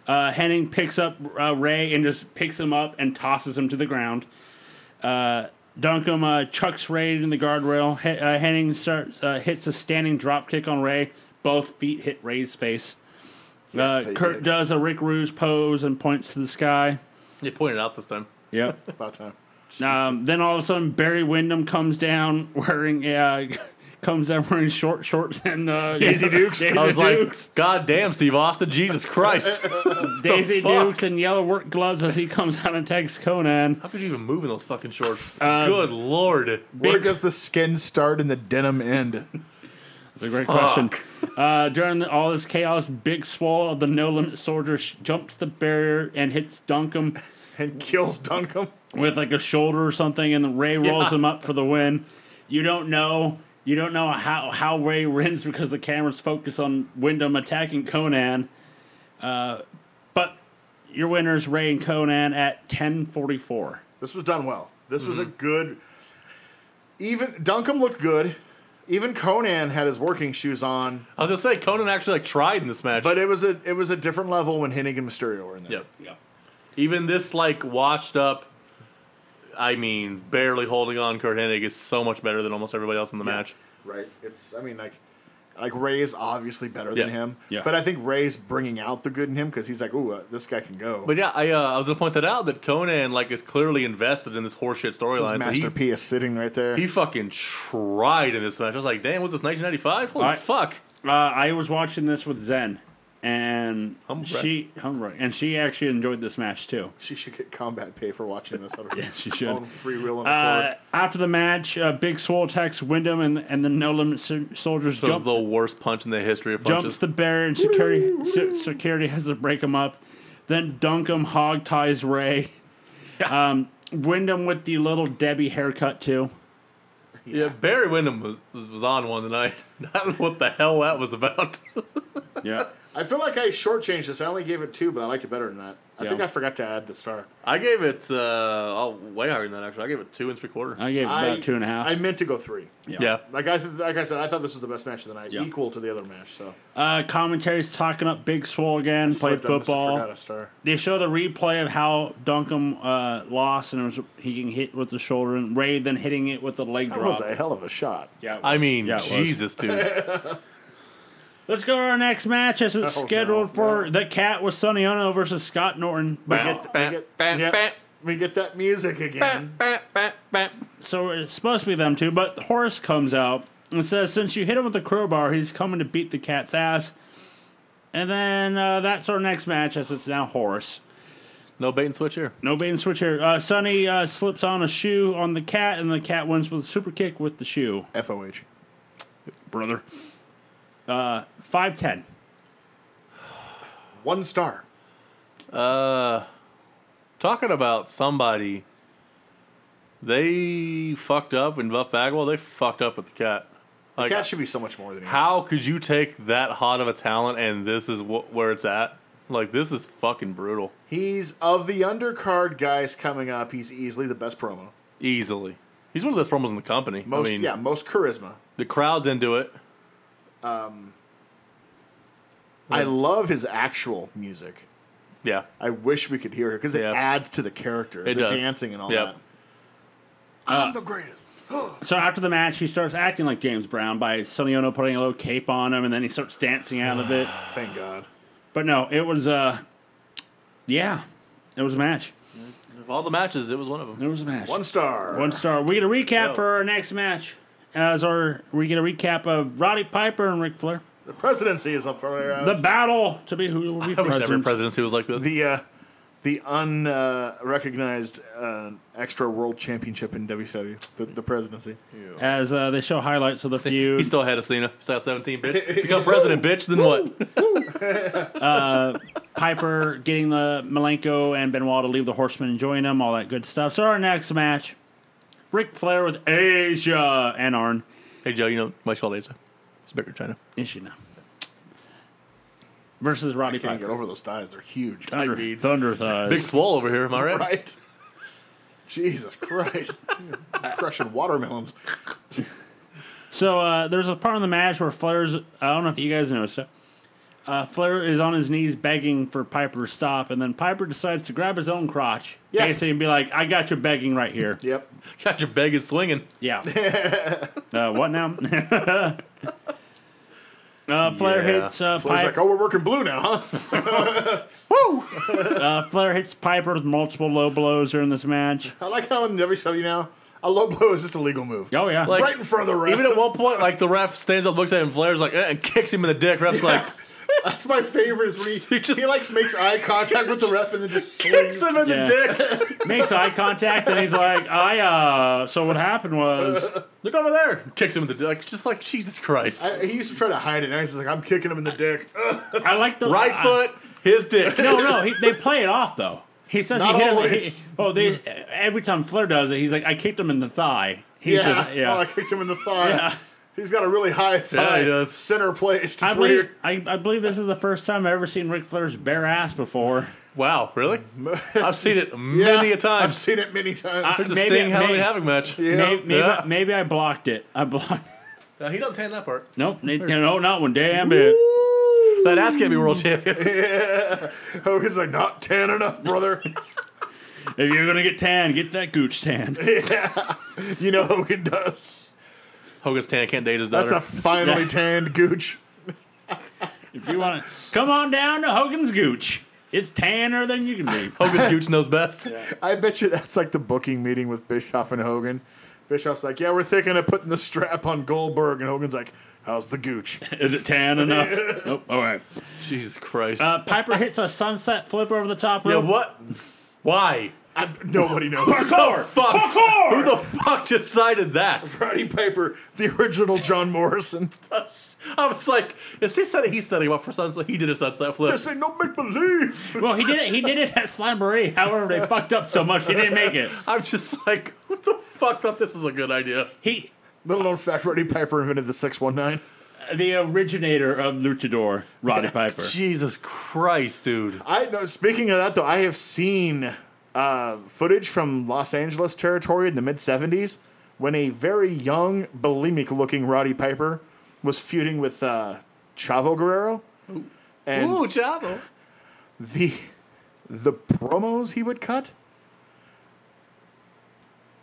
[SPEAKER 1] Uh, Henning picks up uh, Ray and just picks him up and tosses him to the ground. Uh, Duncan uh, chucks Ray in the guardrail. He- uh, Henning starts uh, hits a standing drop kick on Ray. Both feet hit Ray's face.
[SPEAKER 2] they
[SPEAKER 1] Uh, Kurt
[SPEAKER 2] did.
[SPEAKER 1] does a Rick Rude pose and points to the sky.
[SPEAKER 3] You pointed out this time.
[SPEAKER 1] Yep.
[SPEAKER 2] About time.
[SPEAKER 1] Um, then all of a sudden, Barry Windham comes down wearing uh, comes down wearing short shorts and uh,
[SPEAKER 2] Daisy Dukes.
[SPEAKER 1] Daisy
[SPEAKER 3] I was
[SPEAKER 1] Dukes,
[SPEAKER 3] like, God damn, Steve Austin, Jesus Christ.
[SPEAKER 1] Daisy
[SPEAKER 3] fuck?
[SPEAKER 1] Dukes and yellow work gloves as he comes out and tags Conan.
[SPEAKER 3] How could you even move in those fucking shorts? Good lord.
[SPEAKER 2] Where
[SPEAKER 1] Big-
[SPEAKER 2] does the skin start and the denim end?
[SPEAKER 1] That's a great question. Uh, during the, all this chaos, Big Swole of the No Limit Soldier sh- jumps the barrier and hits Duncan
[SPEAKER 2] And kills Duncan.
[SPEAKER 1] with like a shoulder or something, and then Ray rolls him up for the win. You don't know. You don't know how, how Ray wins because the camera's focused on Wyndham attacking Conan. Uh, but your winners, Ray and Conan, at 10:44.
[SPEAKER 2] This was done well. This was a good. Even Duncan looked good. Even Conan had his working shoes on,
[SPEAKER 3] I was gonna say Conan actually like tried in this match.
[SPEAKER 2] but it was a it was a different level when Hennig and Mysterio were in there.
[SPEAKER 3] yep. Even this like washed up I mean, barely holding on Kurt Hennig is so much better than almost everybody else in the match.
[SPEAKER 2] right? It's I mean like like Ray is obviously better than
[SPEAKER 3] Yeah.
[SPEAKER 2] him,
[SPEAKER 1] Yeah.
[SPEAKER 2] but I think Ray's bringing out the good in him because he's like, ooh, uh, this guy can go.
[SPEAKER 3] But yeah, I uh, I was gonna point that out that Conan like is clearly invested in this horseshit
[SPEAKER 2] his
[SPEAKER 3] storyline. So
[SPEAKER 2] master
[SPEAKER 3] he,
[SPEAKER 2] P is sitting right there.
[SPEAKER 3] he fucking tried in this match. I was like, damn, was this 1995? Holy
[SPEAKER 1] I-
[SPEAKER 3] fuck!
[SPEAKER 1] Uh, I was watching this with Zen, and
[SPEAKER 3] Humble
[SPEAKER 1] she humble, and she actually enjoyed this match too.
[SPEAKER 2] she should get combat pay for watching this. on her
[SPEAKER 1] she should.
[SPEAKER 2] Own free will and
[SPEAKER 1] Uh,
[SPEAKER 2] accord.
[SPEAKER 1] after the match, uh, Big Swole attacks Wyndham and and the No Limit Sol- Soldiers.
[SPEAKER 3] That was
[SPEAKER 1] jump
[SPEAKER 3] the worst punch in the history of punches.
[SPEAKER 1] jumps the barrier and security se- security has to break him up. Then Duncan hog ties Ray. Um, Wyndham with the little Debbie haircut too.
[SPEAKER 3] Yeah, Barry Windham was, was, was on one tonight. I don't know what the hell that was about.
[SPEAKER 1] Yeah,
[SPEAKER 2] I feel like I shortchanged this. I only gave it two, but I liked it better than that. I
[SPEAKER 1] Yeah.
[SPEAKER 2] think I forgot to add the star.
[SPEAKER 3] I gave it uh, oh, way higher than that, actually. I gave it two and three quarter.
[SPEAKER 1] I gave it
[SPEAKER 2] I,
[SPEAKER 1] about two and a half.
[SPEAKER 2] I meant to go three.
[SPEAKER 3] yeah.
[SPEAKER 2] Like I th- like I said, I thought this was the best match of the night, equal to the other match. So
[SPEAKER 1] uh, commentary's talking up Big Swole again. Played
[SPEAKER 2] Slipped, I must have
[SPEAKER 1] football.
[SPEAKER 2] Forgot a star.
[SPEAKER 1] They show the replay of how Duncan uh, lost and it was, he can hit with the shoulder and Ray then hitting it with the leg
[SPEAKER 2] That was
[SPEAKER 1] drop.
[SPEAKER 2] a hell of a shot.
[SPEAKER 1] Yeah, it
[SPEAKER 3] I
[SPEAKER 1] was.
[SPEAKER 3] mean,
[SPEAKER 1] Yeah, it was.
[SPEAKER 3] Jesus, dude.
[SPEAKER 1] Let's go to our next match as it's
[SPEAKER 2] Oh,
[SPEAKER 1] scheduled
[SPEAKER 2] no,
[SPEAKER 1] for the Cat with Sonny Ono versus Scott Norton.
[SPEAKER 2] We get, we,
[SPEAKER 3] Bam,
[SPEAKER 2] get,
[SPEAKER 3] bam,
[SPEAKER 2] yeah,
[SPEAKER 3] bam,
[SPEAKER 2] we get that music again.
[SPEAKER 3] bam, bam, bam.
[SPEAKER 1] So it's supposed to be them two, but Horace comes out and says, Since you hit him with the crowbar, he's coming to beat the cat's ass. And then uh, that's our next match, as it's now Horace.
[SPEAKER 3] No bait and switch here.
[SPEAKER 1] No bait and switch here. Uh, Sonny uh, slips on a shoe on the cat, and the cat wins with a super kick with the shoe.
[SPEAKER 2] FOH.
[SPEAKER 1] Brother. Uh, 5'10.
[SPEAKER 2] One star.
[SPEAKER 3] Talking about somebody, they fucked up in Buff Bagwell. They fucked up with the cat. Like,
[SPEAKER 2] Cat should be so much more than he.
[SPEAKER 3] how could you take that hot of a talent and this is wh- where it's at? Like, this is fucking brutal.
[SPEAKER 2] He's of the undercard guys coming up. He's easily the best promo.
[SPEAKER 3] Easily. He's one of those promos in the company.
[SPEAKER 2] Most
[SPEAKER 3] I mean,
[SPEAKER 2] yeah, most charisma.
[SPEAKER 3] the crowd's into it.
[SPEAKER 2] I love his actual music.
[SPEAKER 3] Yeah.
[SPEAKER 2] I wish we could hear it because it
[SPEAKER 3] Yeah.
[SPEAKER 2] adds to the character,
[SPEAKER 3] It
[SPEAKER 2] the
[SPEAKER 3] does.
[SPEAKER 2] dancing and all
[SPEAKER 3] Yep.
[SPEAKER 2] that. Uh, I'm the greatest.
[SPEAKER 1] So after the match, he starts acting like James Brown by Sonny Ono putting a little cape on him, and then he starts dancing out of it.
[SPEAKER 2] Thank God.
[SPEAKER 1] But no, it was uh, yeah, it was a match.
[SPEAKER 3] Of all the matches, it was one of them.
[SPEAKER 1] It was a match.
[SPEAKER 2] One star.
[SPEAKER 1] One star. We get a recap
[SPEAKER 3] Yo.
[SPEAKER 1] for our next match. As our we get a recap of Roddy Piper and Ric Flair.
[SPEAKER 2] The presidency is up for
[SPEAKER 1] The
[SPEAKER 2] grabs.
[SPEAKER 1] battle to be who will be
[SPEAKER 3] I wish every
[SPEAKER 1] president.
[SPEAKER 3] presidency was like this.
[SPEAKER 2] The uh, the unrecognized uh, extra world championship in WCW. The, the presidency.
[SPEAKER 1] As uh, they show highlights of the feud.
[SPEAKER 3] He's still ahead of Cena. Style 17, bitch. Become president, bitch. Then what?
[SPEAKER 1] Piper getting the Malenko and Benoit to leave the Horsemen and join them, all that good stuff. So our next match, Ric Flair with Asia and Arn
[SPEAKER 3] Hey, Joe, you know, my shoulder is it's bigger than China.
[SPEAKER 1] Ishina versus Roddy
[SPEAKER 2] Can't get
[SPEAKER 1] Piper.
[SPEAKER 2] over those thighs. They're huge.
[SPEAKER 1] Thunder, thunder thighs.
[SPEAKER 3] Big swole over here, am I right?
[SPEAKER 2] Right? Jesus Christ. Crushing watermelons.
[SPEAKER 1] So uh, there's a part in the match where Flair's. I don't know if you guys noticed it. Uh, Flair is on his knees begging for Piper to stop, and then Piper decides to grab his own crotch,
[SPEAKER 2] Yeah.
[SPEAKER 1] basically, and be like, "I got you begging right here."
[SPEAKER 2] Yep.
[SPEAKER 3] Got your bag and swinging.
[SPEAKER 1] Yeah. uh, what now? uh, Flair
[SPEAKER 3] Yeah.
[SPEAKER 1] hits uh,
[SPEAKER 2] Flair's
[SPEAKER 1] Piper.
[SPEAKER 2] like, oh, we're working blue now, huh?
[SPEAKER 1] uh, Flair hits Piper with multiple low blows during this match.
[SPEAKER 2] I like how in WCW now, a low blow is just a legal move.
[SPEAKER 1] Oh yeah.
[SPEAKER 3] Like-
[SPEAKER 2] Right in front of the ref.
[SPEAKER 3] Even at one point, like the ref stands up, looks at him, flares like, eh, and kicks him in the dick. Ref's like,
[SPEAKER 2] That's my favorite is when he,
[SPEAKER 3] He just-
[SPEAKER 2] he likes makes eye contact with the ref and then just
[SPEAKER 3] kicks
[SPEAKER 2] swings.
[SPEAKER 3] him in
[SPEAKER 1] Yeah.
[SPEAKER 3] the dick.
[SPEAKER 1] makes eye contact, and he's like, "I uh." So what happened was,
[SPEAKER 3] Look over there. Kicks him in the dick. Just like Jesus Christ.
[SPEAKER 2] I, he used to try to hide it. Now he's just like, I'm kicking him in the dick. Ugh,
[SPEAKER 1] I like the
[SPEAKER 3] right
[SPEAKER 1] I-
[SPEAKER 3] foot, his dick.
[SPEAKER 1] No, Oh, no, he, they play it off though. He says
[SPEAKER 2] Not
[SPEAKER 1] he hit him.
[SPEAKER 2] always. Hmm.
[SPEAKER 1] He, oh, they every time Flair does it, he's like, "I kicked him in the thigh." He
[SPEAKER 2] yeah.
[SPEAKER 1] says, "Yeah."
[SPEAKER 2] Oh, I kicked him in the thigh.
[SPEAKER 1] Yeah.
[SPEAKER 2] He's got a really high thigh.
[SPEAKER 3] he does.
[SPEAKER 2] Center placed. It's
[SPEAKER 1] I
[SPEAKER 2] weird.
[SPEAKER 1] believe, I, I believe this is the first time I've ever seen Ric Flair's bare ass before.
[SPEAKER 3] Wow, really? I've seen it
[SPEAKER 2] Yeah,
[SPEAKER 3] many a time.
[SPEAKER 2] I've seen it many times.
[SPEAKER 3] There's a
[SPEAKER 1] Maybe-
[SPEAKER 3] Sting Halloween
[SPEAKER 1] maybe-
[SPEAKER 3] Havoc match.
[SPEAKER 2] Yeah.
[SPEAKER 1] Maybe, maybe,
[SPEAKER 3] Yeah.
[SPEAKER 1] maybe I blocked it. I blocked.
[SPEAKER 3] Uh, he don't tan that part.
[SPEAKER 1] Nope. n- No, not one. Damn it.
[SPEAKER 3] That ass can't be world champion.
[SPEAKER 2] Hogan's like, not tan enough, brother.
[SPEAKER 1] If you're gonna get tan, get that gooch tan.
[SPEAKER 2] you know Hogan does.
[SPEAKER 3] Hogan's tan can't date his daughter.
[SPEAKER 2] That's a finely
[SPEAKER 1] Yeah.
[SPEAKER 2] tanned gooch.
[SPEAKER 1] If you want to, come on down to Hogan's Gooch. It's tanner than you can be.
[SPEAKER 3] Hogan's Gooch knows best.
[SPEAKER 2] I bet you that's like the booking meeting with Bischoff and Hogan. Bischoff's like, yeah, we're thinking of putting the strap on Goldberg, and Hogan's like, how's the gooch?
[SPEAKER 1] Is it tan enough? nope. All right.
[SPEAKER 3] Jesus Christ.
[SPEAKER 1] Uh, Piper hits a sunset flip over the top
[SPEAKER 3] yeah,
[SPEAKER 1] rope.
[SPEAKER 3] what? Why?
[SPEAKER 2] I, nobody knows.
[SPEAKER 1] Parkour!
[SPEAKER 3] Fuck.
[SPEAKER 1] Parkour!
[SPEAKER 3] Who the fuck decided that?
[SPEAKER 2] Roddy Piper, the original John Morrison.
[SPEAKER 3] I was like, is he studying? He's studying what for sunset? He did a sunset flip.
[SPEAKER 2] This ain't no make believe.
[SPEAKER 1] Well, he did it. He did it at Slamboree. However, they fucked up so much he didn't make it.
[SPEAKER 3] I'm just like, what the fuck thought this was a good idea?
[SPEAKER 1] He,
[SPEAKER 2] Little known fact: Roddy Piper invented the six one nine.
[SPEAKER 1] the originator of Luchador, Roddy Piper.
[SPEAKER 3] Jesus Christ, dude.
[SPEAKER 2] I know. Speaking of that, though, I have seen uh, footage from Los Angeles territory in the mid '70s when a very young, bulimic-looking Roddy Piper was feuding with uh, Chavo Guerrero, and
[SPEAKER 3] Ooh, Chavo.
[SPEAKER 2] the the promos he would cut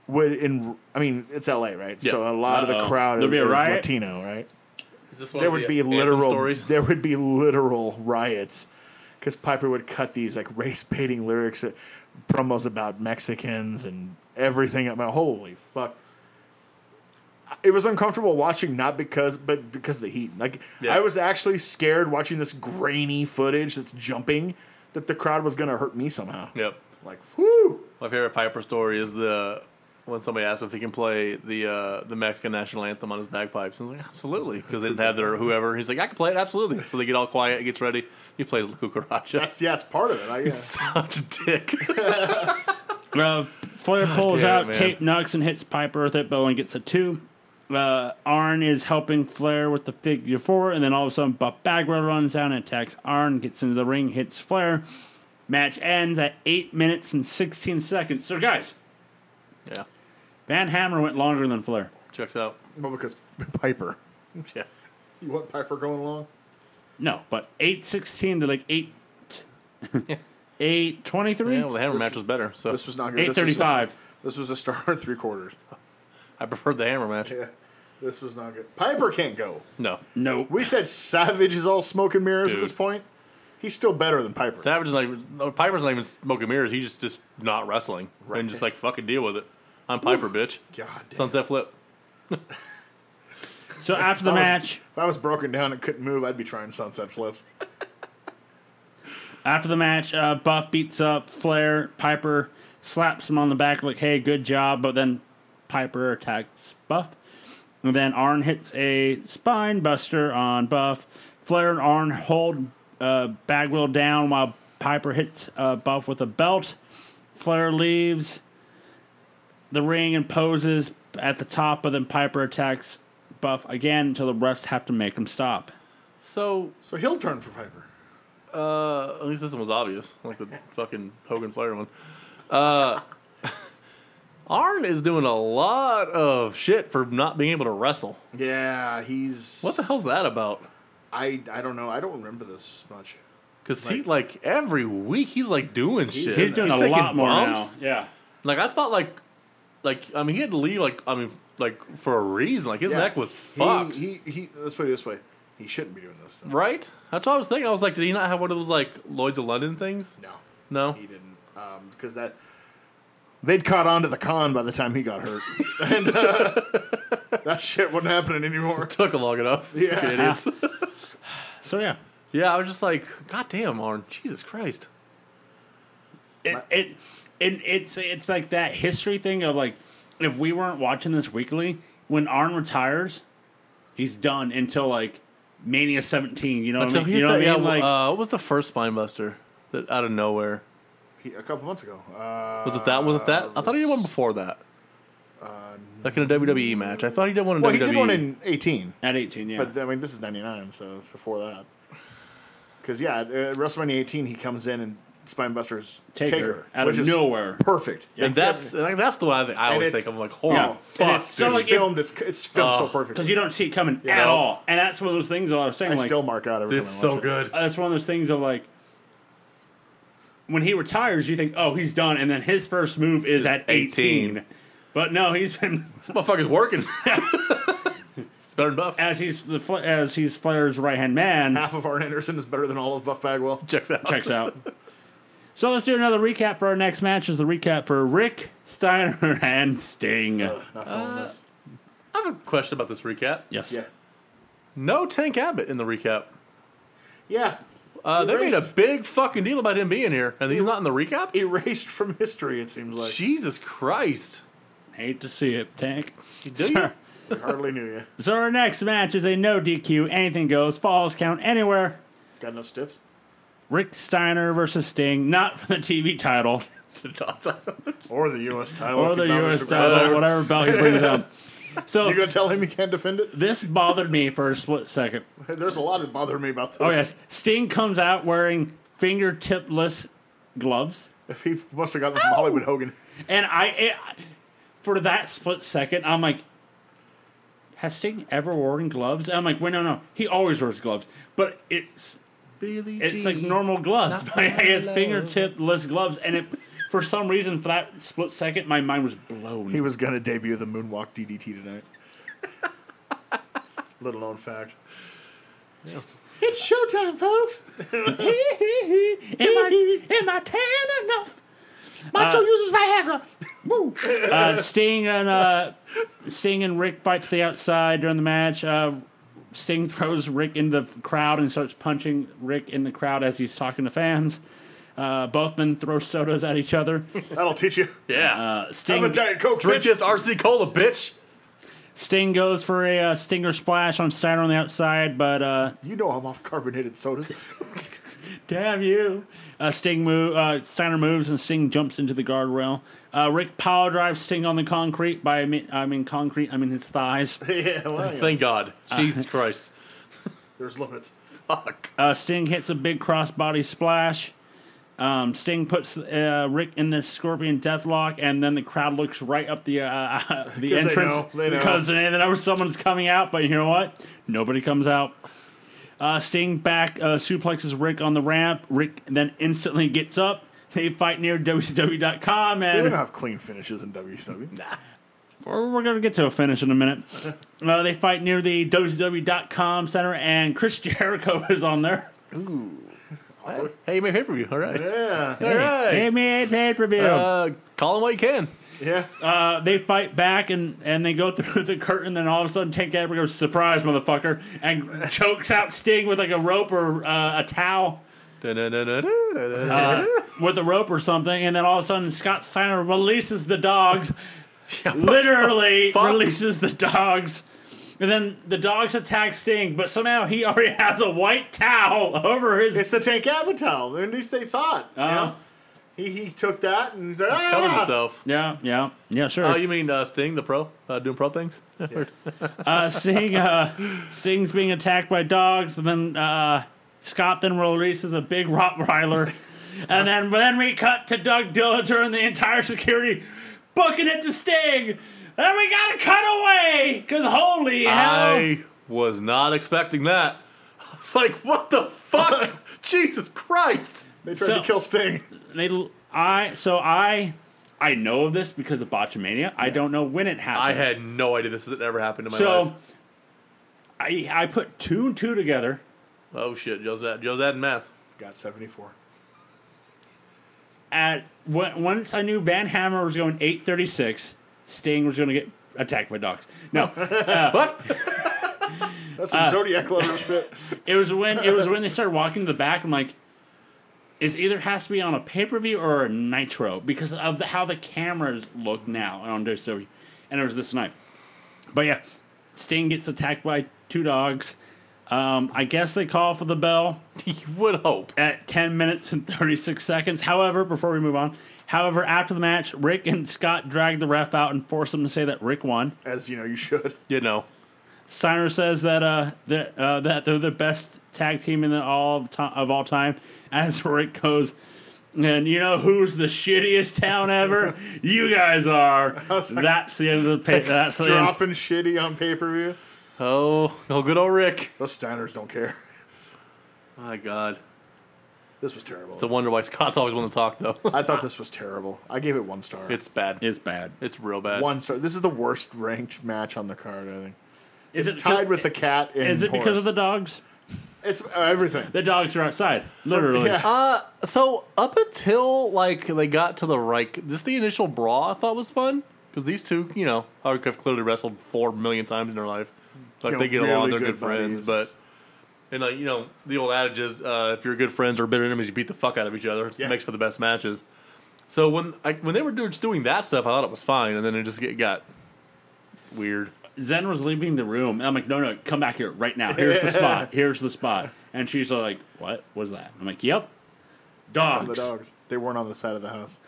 [SPEAKER 2] would in. I mean, it's L.A., right? So a lot of the
[SPEAKER 1] Uh-oh.
[SPEAKER 2] crowd
[SPEAKER 1] There'll
[SPEAKER 2] is,
[SPEAKER 1] be a
[SPEAKER 2] is
[SPEAKER 1] riot?
[SPEAKER 2] Latino, right?
[SPEAKER 3] Is this one
[SPEAKER 2] there
[SPEAKER 3] of
[SPEAKER 2] would
[SPEAKER 3] the
[SPEAKER 2] be
[SPEAKER 3] anthem
[SPEAKER 2] literal
[SPEAKER 3] stories?
[SPEAKER 2] there would be literal riots because Piper would cut these like race baiting lyrics, uh, promos about Mexicans and everything. I'm like, holy fuck! It was uncomfortable watching, not because but because of the heat. Like
[SPEAKER 3] Yeah.
[SPEAKER 2] I was actually scared watching this grainy footage that's jumping that the crowd was gonna hurt me somehow.
[SPEAKER 3] Yep.
[SPEAKER 2] Like, whoo!
[SPEAKER 3] My favorite Piper story is the when somebody asked if he can play the uh, the Mexican national anthem on his bagpipes. I was like, absolutely, because they didn't have their whoever. He's like, I can play it, absolutely. So they get all quiet, he gets ready, he plays La Cucaracha.
[SPEAKER 2] That's yeah, it's part of it. I guess.
[SPEAKER 3] such a dick.
[SPEAKER 1] Uh, Flair pulls
[SPEAKER 3] damn it,
[SPEAKER 1] out
[SPEAKER 3] man.
[SPEAKER 1] Tape Nux and hits Piper with it. Bowen gets a two. Uh, Arn is helping Flair with the figure four, and then all of a sudden, Buff Bagwell runs down and attacks Arn, gets into the ring, hits Flair. Match ends at 8 minutes and 16 seconds. So, guys,
[SPEAKER 3] yeah,
[SPEAKER 1] Van Hammer went longer than Flair.
[SPEAKER 3] checks out.
[SPEAKER 2] Well, because Piper,
[SPEAKER 3] Yeah,
[SPEAKER 2] you want Piper going along?
[SPEAKER 1] No, but 8.16 to like 8. 8.23?
[SPEAKER 3] yeah. Well, the hammer match was better, so
[SPEAKER 2] This was not good. This was-
[SPEAKER 1] 8.35.
[SPEAKER 2] This was a star and three quarters.
[SPEAKER 3] I preferred the hammer match.
[SPEAKER 2] Yeah, this was not good. Piper can't go.
[SPEAKER 3] No,
[SPEAKER 1] No.
[SPEAKER 2] We said Savage is all smoke and mirrors
[SPEAKER 3] Dude.
[SPEAKER 2] at this point. He's still better than Piper.
[SPEAKER 3] Savage is not even no, Piper's not even smoking mirrors. He's just just not wrestling and just like fucking deal with it. I'm Piper, bitch.
[SPEAKER 2] God damn.
[SPEAKER 3] Sunset flip.
[SPEAKER 1] So after the
[SPEAKER 2] was-
[SPEAKER 1] match,
[SPEAKER 2] If I was broken down and couldn't move, I'd be trying sunset flips.
[SPEAKER 1] after the match, uh, Buff beats up Flair. Piper slaps him on the back like, "Hey, good job!" But then Piper attacks Buff, and then Arn hits a spine buster on Buff. Flair and Arn hold uh, Bagwell down while Piper hits uh, Buff with a belt. Flair leaves the ring and poses at the top, but then Piper attacks Buff again until the refs have to make him stop.
[SPEAKER 3] So
[SPEAKER 2] So he'll turn for Piper.
[SPEAKER 3] uh, at least this one was obvious, like the fucking Hogan Flair one. Uh, Arn is doing a lot of shit for not being able to wrestle.
[SPEAKER 2] Yeah, he's
[SPEAKER 3] What the hell's that about?
[SPEAKER 2] I I don't know. I don't remember this much.
[SPEAKER 3] Cause he like every week he's like doing shit.
[SPEAKER 1] He's doing a
[SPEAKER 3] taking
[SPEAKER 1] lot more
[SPEAKER 3] bumps.
[SPEAKER 1] now. Yeah.
[SPEAKER 3] Like I thought, like, like I mean, he had to leave. Like I mean, like for a reason. Like his
[SPEAKER 2] Yeah.
[SPEAKER 3] neck was
[SPEAKER 2] He-
[SPEAKER 3] fucked,
[SPEAKER 2] He, he, let's put it this way. He shouldn't be doing this stuff.
[SPEAKER 3] right? That's what I was thinking. I was like, did he not have one of those like Lloyd's of London things?
[SPEAKER 2] No,
[SPEAKER 3] No.
[SPEAKER 2] he didn't. Um, because that they'd caught on to the con by the time he got hurt, and uh, that shit wasn't happening anymore.
[SPEAKER 3] Took long enough.
[SPEAKER 2] Yeah.
[SPEAKER 3] Fucking idiots.
[SPEAKER 1] So yeah.
[SPEAKER 3] yeah, I was just like, God damn, Arn, Jesus Christ.
[SPEAKER 1] it, it and it's it's like that history thing of like if we weren't watching this weekly when Arn retires, he's done until like Mania 17. You know what I
[SPEAKER 3] Until
[SPEAKER 1] mean?
[SPEAKER 3] he
[SPEAKER 1] You know
[SPEAKER 3] hit
[SPEAKER 1] what I
[SPEAKER 3] that-
[SPEAKER 1] mean?
[SPEAKER 3] yeah,
[SPEAKER 1] Like
[SPEAKER 3] uh, what was the first spinebuster that out of nowhere?
[SPEAKER 2] He, a couple months ago, uh,
[SPEAKER 3] Was it that? Was it that? I thought he did one before that. like in a WWE match. I thought he did one in E.
[SPEAKER 2] well,
[SPEAKER 3] WWE.
[SPEAKER 2] he did one
[SPEAKER 1] E.
[SPEAKER 2] in eighteen,
[SPEAKER 3] uh,
[SPEAKER 1] at 18, yeah.
[SPEAKER 2] but I mean, this is ninety nine, so it's before that. Because yeah, at at WrestleMania eighteen, he comes in and Spinebuster's
[SPEAKER 1] Taker,
[SPEAKER 2] Taker
[SPEAKER 1] out
[SPEAKER 2] which
[SPEAKER 1] of
[SPEAKER 2] is
[SPEAKER 1] nowhere.
[SPEAKER 2] perfect.
[SPEAKER 3] and that's like, that's the one I, think, I always
[SPEAKER 2] it's-
[SPEAKER 3] think. I'm like, holy
[SPEAKER 1] Yeah. And
[SPEAKER 3] fuck.
[SPEAKER 2] and it's,
[SPEAKER 1] so
[SPEAKER 2] it's
[SPEAKER 1] like-
[SPEAKER 2] filmed. It's it's filmed so
[SPEAKER 3] Oh.
[SPEAKER 2] perfect.
[SPEAKER 1] Because you don't see it coming at
[SPEAKER 3] No.
[SPEAKER 1] all. And that's one of those things that I was saying.
[SPEAKER 2] I
[SPEAKER 1] like,
[SPEAKER 2] still mark out every
[SPEAKER 3] It's
[SPEAKER 2] time I watch
[SPEAKER 3] so
[SPEAKER 2] it.
[SPEAKER 3] good.
[SPEAKER 1] that's one of those things of like when he retires, you think, oh, he's done. And then his first move is at 18.
[SPEAKER 3] 18.
[SPEAKER 1] But no, he's been
[SPEAKER 3] This motherfucker's working. it's better than Buff.
[SPEAKER 1] as he's the Fla- as he's Flair's right hand man.
[SPEAKER 2] Half of Arn Anderson is better than all of Buff Bagwell.
[SPEAKER 3] Checks out.
[SPEAKER 1] checks out. So let's do another recap for our next match. Is the recap for Rick Steiner and Sting?
[SPEAKER 2] Not filming
[SPEAKER 1] Uh,
[SPEAKER 2] this.
[SPEAKER 3] I have a question about this recap.
[SPEAKER 1] yes.
[SPEAKER 2] Yeah,
[SPEAKER 3] No Tank Abbott in the recap.
[SPEAKER 2] yeah.
[SPEAKER 3] Uh, they made a
[SPEAKER 2] Erased.
[SPEAKER 3] big fucking deal about him being here, and he's not in the recap.
[SPEAKER 2] Erased from history, it seems like.
[SPEAKER 3] Jesus Christ!
[SPEAKER 1] Hate to see it, Tank.
[SPEAKER 3] Do you?
[SPEAKER 2] I hardly knew you.
[SPEAKER 1] So our next match is a no DQ, anything goes, falls count anywhere.
[SPEAKER 2] Got no stips?
[SPEAKER 1] Rick Steiner versus Sting, not for the TV title
[SPEAKER 2] Or the U.S. title.
[SPEAKER 1] or
[SPEAKER 2] if
[SPEAKER 1] the
[SPEAKER 2] he bothers
[SPEAKER 1] US
[SPEAKER 2] to-
[SPEAKER 1] title, whatever belt he brings up. So
[SPEAKER 2] You're going to tell him he can't defend it?
[SPEAKER 1] this bothered me for a split second.
[SPEAKER 2] There's a lot that bother me about this.
[SPEAKER 1] Oh yes, Sting comes out wearing fingertipless gloves.
[SPEAKER 2] If he must have gotten it from Hollywood Hogan.
[SPEAKER 1] And I, it, for that split second, I'm like, has Sting ever worn gloves? I'm like, wait, no, no, he always wears gloves, but it's
[SPEAKER 3] Billy
[SPEAKER 1] it's
[SPEAKER 3] Jean.
[SPEAKER 1] like normal gloves,
[SPEAKER 3] not
[SPEAKER 1] but he has
[SPEAKER 3] hello.
[SPEAKER 1] fingertipless gloves, and it for some reason for that split second, my mind was blown.
[SPEAKER 2] He was going to debut the Moonwalk DDT tonight. Little known fact. It's showtime, folks.
[SPEAKER 1] am I am I tan enough?
[SPEAKER 2] Macho uses Viagra.
[SPEAKER 1] uh, Sting and uh, Sting and Rick bite to the outside during the match. Uh, Sting throws Rick in the crowd and starts punching Rick in the crowd as he's talking to fans. Uh, both men throw sodas at each other.
[SPEAKER 2] That'll teach you.
[SPEAKER 3] Yeah.
[SPEAKER 1] Uh,
[SPEAKER 2] Have a
[SPEAKER 1] Sting,
[SPEAKER 2] Diet Coke,
[SPEAKER 3] Drink
[SPEAKER 2] bitch.
[SPEAKER 3] this RC Cola, bitch.
[SPEAKER 1] Sting goes for a uh, stinger splash on Steiner on the outside, but uh,
[SPEAKER 2] You know I'm off carbonated sodas.
[SPEAKER 1] Damn you! Uh, Sting move. Uh, Steiner moves and Sting jumps into the guardrail. Uh, Rick power drives Sting on the concrete. By I mean, I mean concrete. I mean his thighs.
[SPEAKER 2] yeah, well, yeah.
[SPEAKER 3] Thank God. Jesus Christ.
[SPEAKER 2] There's limits.
[SPEAKER 3] Fuck.
[SPEAKER 1] Uh, Sting hits a big crossbody splash. Um, Sting puts uh, Rick in the Scorpion Deathlock, and then the crowd looks right up the uh, the entrance
[SPEAKER 2] know, they know.
[SPEAKER 1] because uh, they know someone's coming out. But you know what? Nobody comes out. Uh, Sting back uh, suplexes Rick on the ramp. Rick then instantly gets up. They fight near WCW.com,
[SPEAKER 2] We don't
[SPEAKER 1] and
[SPEAKER 2] have clean finishes in E. WCW.
[SPEAKER 1] we're, we're going to get to a finish in a minute. Uh, they fight near the WCW.com center, and Chris Jericho is on there.
[SPEAKER 3] Hey, you made pay per view. All right.
[SPEAKER 2] Yeah.
[SPEAKER 3] All right.
[SPEAKER 1] They made pay per view.
[SPEAKER 3] uh, call him what you can.
[SPEAKER 2] Yeah.
[SPEAKER 1] Uh, they fight back and, and they go through the curtain. Then all of a sudden, Tank Abbott goes, "Surprise, motherfucker!" and chokes out Sting with like a rope or uh, a towel,
[SPEAKER 3] Da-da-da-da-da-da-da.
[SPEAKER 1] uh, with a rope or something. And then all of a sudden, Scott Steiner releases the dogs. literally
[SPEAKER 3] fuck?
[SPEAKER 1] releases the dogs. And then the dogs attack Sting, but somehow he already has a white towel over his.
[SPEAKER 2] It's the Tank Abbott towel. At least they thought. you
[SPEAKER 1] Uh,
[SPEAKER 2] know? he, he took that and Uh-huh. he's like, ah!
[SPEAKER 3] Covered himself.
[SPEAKER 1] yeah, yeah, yeah, sure.
[SPEAKER 3] Oh, you mean uh, Sting, the pro, uh, doing pro things?
[SPEAKER 1] uh, Sting, uh, Sting's being attacked by dogs, and then uh, Scott then releases a big Rottweiler, and then then we cut to Doug Dillinger and the entire security booking it to Sting. Then we got a cutaway, cause holy hell!
[SPEAKER 3] I was not expecting that. I was like, what the fuck? Jesus Christ.
[SPEAKER 2] They tried
[SPEAKER 1] So-
[SPEAKER 2] to kill Sting.
[SPEAKER 1] They, I so I I know of this because of Botchamania. I don't know when it happened.
[SPEAKER 3] I had no idea this had ever happened in my life.
[SPEAKER 1] so I I put two and two together.
[SPEAKER 3] Oh shit, Joe's ad, Joe's adding math.
[SPEAKER 2] Got 74.
[SPEAKER 1] at when, once I knew Van Hammer was going 836, Sting was going to get attacked by dogs. No,
[SPEAKER 3] What?
[SPEAKER 2] That's some Zodiac level shit.
[SPEAKER 1] it was when it was when they started walking to the back. I'm like, it either has to be on a pay per view or a Nitro because of the, how the cameras look now on WWE, and it was this night. But yeah, Sting gets attacked by two dogs. Um, I guess they call for the bell.
[SPEAKER 3] you would hope.
[SPEAKER 1] at 10 minutes and 36 seconds. However, before we move on, however, after the match, Rick and Scott drag the ref out and force him to say that Rick won.
[SPEAKER 2] As you know, you should.
[SPEAKER 3] You know.
[SPEAKER 1] Steiner says that uh, that uh, that they're the best tag team in the all of, ti- of all time. As Rick goes, and you know who's the shittiest town ever? you guys are.
[SPEAKER 2] was like-
[SPEAKER 1] That's the end of the page. That's the end.
[SPEAKER 2] Dropping shitty on pay per view.
[SPEAKER 3] Oh, oh, good old Rick.
[SPEAKER 2] Those Steiners don't care.
[SPEAKER 3] My God.
[SPEAKER 2] This was terrible.
[SPEAKER 3] It's a wonder why Scott's always want to talk though.
[SPEAKER 2] I thought this was terrible. I gave it one star.
[SPEAKER 3] it's bad.
[SPEAKER 1] It's bad.
[SPEAKER 3] It's real bad.
[SPEAKER 2] one star. This is the worst ranked match on the card. I think
[SPEAKER 1] Is it
[SPEAKER 2] tied with the cat. And
[SPEAKER 1] Is it because
[SPEAKER 2] horse.
[SPEAKER 1] of the dogs?
[SPEAKER 2] It's uh, everything.
[SPEAKER 1] The dogs are outside, literally.
[SPEAKER 2] Yeah.
[SPEAKER 3] Uh, so up until like they got to the Reich, just the initial brawl I thought was fun because these two, you know, are, have clearly wrestled four million times in their life. Like
[SPEAKER 2] They're
[SPEAKER 3] they get
[SPEAKER 2] really
[SPEAKER 3] along, they're
[SPEAKER 2] good
[SPEAKER 3] good, friends.
[SPEAKER 2] buddies.
[SPEAKER 3] But and like you know, the old adage is uh, if you're good friends or bitter enemies, you beat the fuck out of each other. It
[SPEAKER 2] Yeah.
[SPEAKER 3] makes for the best matches. So when I, when they were doing, just doing that stuff, I thought it was fine, and then it just get, got weird.
[SPEAKER 1] Zen was leaving the room, and I'm like, "No, no, come back here right now. Here's the spot. Here's the spot." And she's like, "What was that?" I'm like, "Yep, dogs."
[SPEAKER 2] the dogs. They weren't on the side of the house.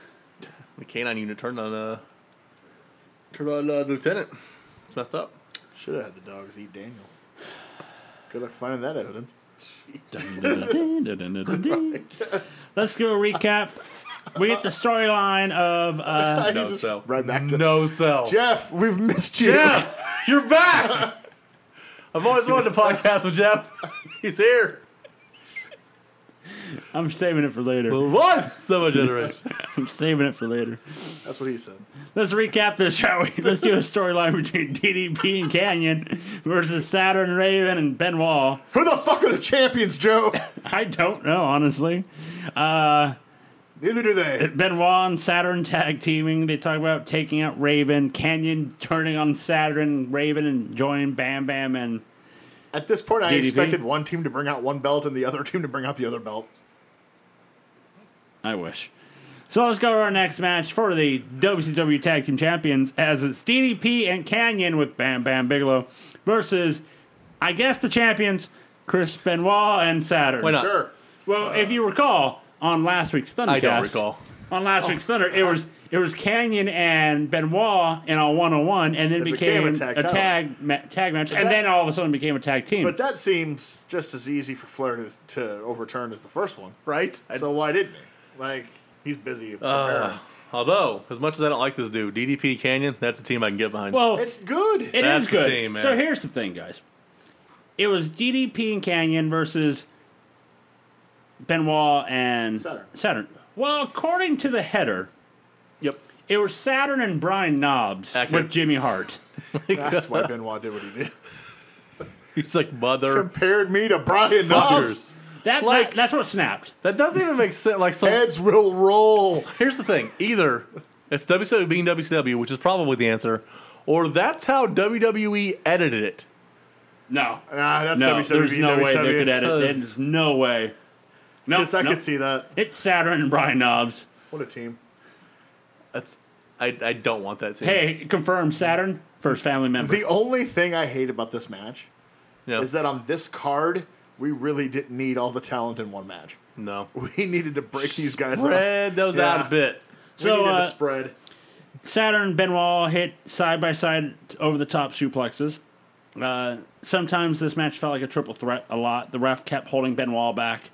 [SPEAKER 3] The canine unit turned on uh turned on uh, lieutenant. It's messed up.
[SPEAKER 2] Should have had the dogs eat Daniel. Good luck finding that evidence.
[SPEAKER 1] Let's do a recap. We get the storyline of uh,
[SPEAKER 3] No sell.
[SPEAKER 2] Right back to
[SPEAKER 3] No sell.
[SPEAKER 2] Jeff. We've missed you.
[SPEAKER 3] Jeff, you're back. I've always wanted to podcast with Jeff. He's here.
[SPEAKER 1] I'm saving it for later.
[SPEAKER 3] Once of a generation.
[SPEAKER 1] I'm saving it for later.
[SPEAKER 2] That's what he said.
[SPEAKER 1] Let's recap this, shall we? Let's do a storyline between DDP and Canyon versus Saturn Raven and Ben Wall.
[SPEAKER 2] Who the fuck are the champions, Joe?
[SPEAKER 1] I don't know, honestly. Uh,
[SPEAKER 2] Neither do they.
[SPEAKER 1] Benoit and Saturn tag teaming. They talk about taking out Raven, Canyon turning on Saturn, Raven and joining Bam Bam and
[SPEAKER 2] At this point, I
[SPEAKER 1] DDP.
[SPEAKER 2] expected one team to bring out one belt and the other team to bring out the other belt.
[SPEAKER 1] I wish. So let's go to our next match for the WCW Tag Team Champions as it's DDP and Canyon with Bam Bam Bigelow versus, I guess, the champions Chris Benoit and Saturn.
[SPEAKER 3] Why not?
[SPEAKER 2] Sure.
[SPEAKER 1] Well, if you recall on last week's Thundercast,
[SPEAKER 3] I don't recall. Oh.
[SPEAKER 1] on last week's Thunder, it was it was Canyon and Benoit in a one on one, and then became,
[SPEAKER 2] became a
[SPEAKER 1] a
[SPEAKER 2] tag
[SPEAKER 1] tag
[SPEAKER 2] title.
[SPEAKER 1] ma- tag match, and
[SPEAKER 2] that-
[SPEAKER 1] then all of a sudden became a tag team.
[SPEAKER 2] But that seems just as easy for Flair to, to overturn as the first one.
[SPEAKER 3] Right?
[SPEAKER 2] So why didn't he? Like, he's busy.
[SPEAKER 1] Uh.
[SPEAKER 2] preparing.
[SPEAKER 3] Although, as much as I don't like this dude, DDP Canyon, that's a team I can get behind.
[SPEAKER 1] well, it's,
[SPEAKER 2] it's good.
[SPEAKER 3] that's the
[SPEAKER 1] good.
[SPEAKER 3] team, man.
[SPEAKER 1] so here's the thing, guys. It was DDP and Canyon versus Benoit and
[SPEAKER 2] Saturn.
[SPEAKER 1] Saturn. Well, according to the header,
[SPEAKER 2] yep.
[SPEAKER 1] it was Saturn and Brian Knobs
[SPEAKER 3] Accurate.
[SPEAKER 1] with Jimmy Hart.
[SPEAKER 2] That's why Benoit did what he did.
[SPEAKER 3] he's like mother
[SPEAKER 2] Compared me to Brian Knobs.
[SPEAKER 3] fuckers.
[SPEAKER 1] That,
[SPEAKER 3] Like-
[SPEAKER 1] that that's what snapped.
[SPEAKER 3] That doesn't even make sense. Like, so
[SPEAKER 2] Heads will roll.
[SPEAKER 3] here's the thing: either it's WCW being WCW, which is probably the answer, or that's how WWE edited it.
[SPEAKER 1] No,
[SPEAKER 2] Nah, Ah, that's
[SPEAKER 3] E
[SPEAKER 2] E,
[SPEAKER 1] no,
[SPEAKER 2] WWE.
[SPEAKER 1] there's no way they could edit.
[SPEAKER 3] because-
[SPEAKER 1] There's no way. No,
[SPEAKER 2] Yes, I
[SPEAKER 1] no.
[SPEAKER 2] could see that.
[SPEAKER 1] It's Saturn and Brian Knobs.
[SPEAKER 2] What a team.
[SPEAKER 3] That's I, I don't want that to.
[SPEAKER 1] Hey, confirm Saturn first family member.
[SPEAKER 2] The only thing I hate about this match
[SPEAKER 3] no,
[SPEAKER 2] is that on this card, we really didn't need all the talent in one match.
[SPEAKER 3] no.
[SPEAKER 2] We needed to break these guys up.
[SPEAKER 3] Spread those
[SPEAKER 2] Yeah.
[SPEAKER 3] out a bit.
[SPEAKER 2] we
[SPEAKER 1] so
[SPEAKER 2] needed
[SPEAKER 1] uh,
[SPEAKER 2] to spread.
[SPEAKER 1] Saturn and Benoit hit side by side over the top suplexes. Uh, sometimes this match felt like a triple threat a lot. The ref kept holding Benoit back.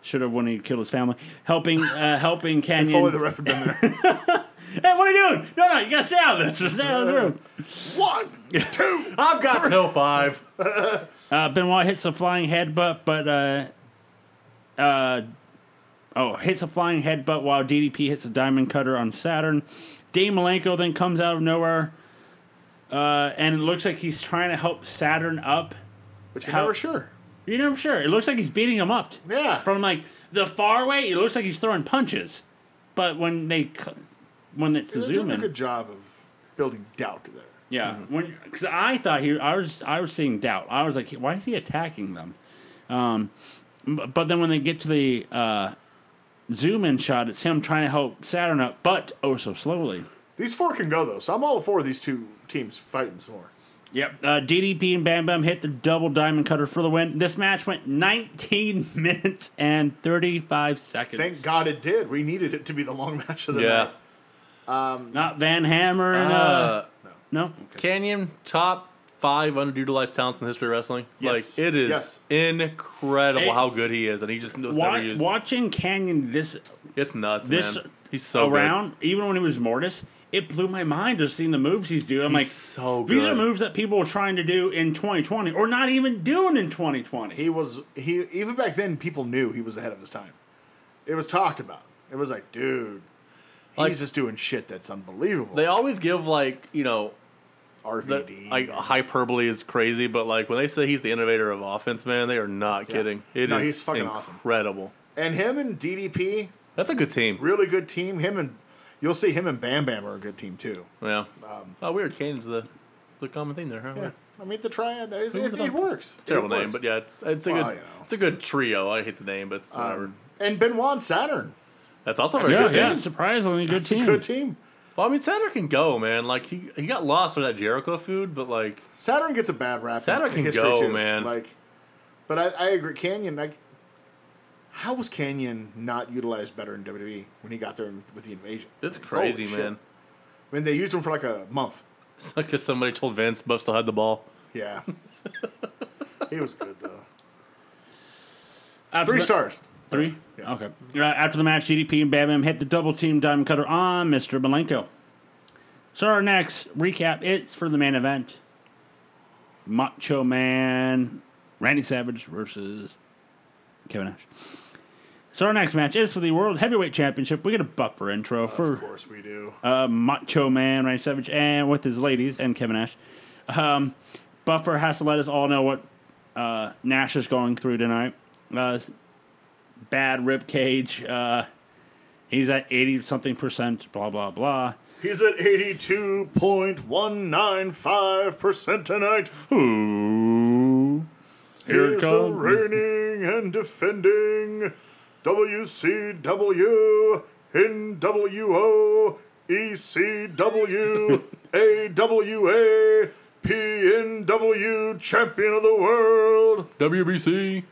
[SPEAKER 1] Should have when he killed his family. Helping uh, helping
[SPEAKER 2] If only
[SPEAKER 1] Canyon.
[SPEAKER 2] the ref had been there.
[SPEAKER 1] hey, what are you doing? No, no, you gotta stay out of this. Stay out of this room.
[SPEAKER 2] One, two.
[SPEAKER 3] I've got till five.
[SPEAKER 1] Uh, Benoit hits a flying headbutt, but uh, uh, oh, hits a flying headbutt while DDP hits a diamond cutter on Saturn. Dave Malenko then comes out of nowhere, uh, and it looks like he's trying to help Saturn up.
[SPEAKER 2] But you're
[SPEAKER 1] How-
[SPEAKER 2] never sure.
[SPEAKER 1] You're never sure. It looks like he's beating him up.
[SPEAKER 2] Yeah.
[SPEAKER 1] From like the far away, it looks like he's throwing punches, but when they cl- when it's the
[SPEAKER 2] They're
[SPEAKER 1] zoom
[SPEAKER 2] doing a
[SPEAKER 1] in,
[SPEAKER 2] good job of building doubt there.
[SPEAKER 1] yeah, when because I thought he, I was, I was seeing doubt. I was like, why is he attacking them? Um, b- but then when they get to the uh, zoom in shot, it's him trying to help Saturn up, but oh so slowly.
[SPEAKER 2] These four can go though, so I'm all for these two teams fighting some more.
[SPEAKER 1] Yep. Uh, DDP and Bam Bam hit the double diamond cutter for the win. This match went 19 minutes and 35 seconds.
[SPEAKER 2] Thank God it did. We needed it to be the long match of the
[SPEAKER 3] Yeah.
[SPEAKER 2] night.
[SPEAKER 1] Not Van Hammer and uh,
[SPEAKER 3] Uh,
[SPEAKER 1] no.
[SPEAKER 3] Canyon top five underutilized talents in the history of wrestling.
[SPEAKER 2] Yes.
[SPEAKER 3] Like it is
[SPEAKER 2] Yes.
[SPEAKER 3] incredible
[SPEAKER 1] It-
[SPEAKER 3] how good he is, and he just was never
[SPEAKER 1] Wa-
[SPEAKER 3] used.
[SPEAKER 1] watching Canyon this
[SPEAKER 3] It's nuts,
[SPEAKER 1] this
[SPEAKER 3] man. He's so
[SPEAKER 1] around, even when he was Mortis, it blew my mind just seeing the moves he's doing. I'm
[SPEAKER 3] Good.
[SPEAKER 1] like,
[SPEAKER 3] He's so good.
[SPEAKER 1] these are moves that people are trying to do in 2020 or not even doing in 2020.
[SPEAKER 2] He was he even back then people knew he was ahead of his time. It was talked about. It was like, dude, he's
[SPEAKER 3] Like-
[SPEAKER 2] just doing shit that's unbelievable.
[SPEAKER 3] They always give like you know that-
[SPEAKER 2] RVD.
[SPEAKER 3] like hyperbole is crazy, but like when they say he's the innovator of offense, man, they are not kidding. It is
[SPEAKER 2] No, he's fucking awesome.
[SPEAKER 3] incredible.
[SPEAKER 2] and him and DDP,
[SPEAKER 3] That's a good team.
[SPEAKER 2] really good team. Him and you'll see him and Bam Bam are a good team too.
[SPEAKER 3] Yeah. oh, weird. Kane's the the common thing there, huh?
[SPEAKER 2] Um, Yeah. I mean the triad it's,
[SPEAKER 3] Who
[SPEAKER 2] it,
[SPEAKER 3] the-
[SPEAKER 2] it works.
[SPEAKER 3] It's a terrible
[SPEAKER 2] It works.
[SPEAKER 3] name, but yeah, it's it's a
[SPEAKER 2] Well,
[SPEAKER 3] good
[SPEAKER 2] you know. Um,
[SPEAKER 3] it's a good trio. I hate the name, but it's whatever.
[SPEAKER 2] And Benoit and Saturn.
[SPEAKER 3] that's also a very
[SPEAKER 1] yeah,
[SPEAKER 3] good.
[SPEAKER 1] yeah,
[SPEAKER 3] Team.
[SPEAKER 1] surprisingly good
[SPEAKER 2] It's
[SPEAKER 1] team.
[SPEAKER 2] a good team.
[SPEAKER 3] Well, I mean, Saturn can go, man. Like he he got lost with that Jericho food, but like
[SPEAKER 2] Saturn gets a bad rap. in-
[SPEAKER 3] Saturn
[SPEAKER 2] in
[SPEAKER 3] can
[SPEAKER 2] history,
[SPEAKER 3] go,
[SPEAKER 2] too.
[SPEAKER 3] man.
[SPEAKER 2] Like, but I, I agree. Canyon, like, how was Canyon not utilized better in WWE when he got there with the invasion?
[SPEAKER 3] it's
[SPEAKER 2] Like,
[SPEAKER 3] crazy,
[SPEAKER 2] holy shit.
[SPEAKER 3] man.
[SPEAKER 2] I mean, they used him for like a month.
[SPEAKER 3] It's like if somebody told Vince Buff still had the ball.
[SPEAKER 2] Yeah, he was good though.
[SPEAKER 1] After
[SPEAKER 2] Three
[SPEAKER 1] the-
[SPEAKER 2] stars.
[SPEAKER 1] Three? Okay. Uh, after the match, GDP and Bam Bam hit the double team diamond cutter on Mr. Malenko. So our next recap, it's for the main event. Macho Man, Randy Savage versus Kevin Nash. So our next match is for the World Heavyweight Championship. We get a buffer intro
[SPEAKER 2] Of
[SPEAKER 1] for
[SPEAKER 2] course we do.
[SPEAKER 1] uh, Macho Man, Randy Savage, and with his ladies and Kevin Nash. Um, Buffer has to let us all know what uh, Nash is going through tonight. Uh, s- bad rib cage. Uh, he's at eighty something percent. Blah blah blah.
[SPEAKER 2] He's at eighty-two point one nine five percent tonight.
[SPEAKER 1] Ooh. Here it
[SPEAKER 2] He's the
[SPEAKER 1] comes.
[SPEAKER 2] reigning and defending WCW, NWO, ECW, AWA, PNW champion of the world,
[SPEAKER 3] WBC.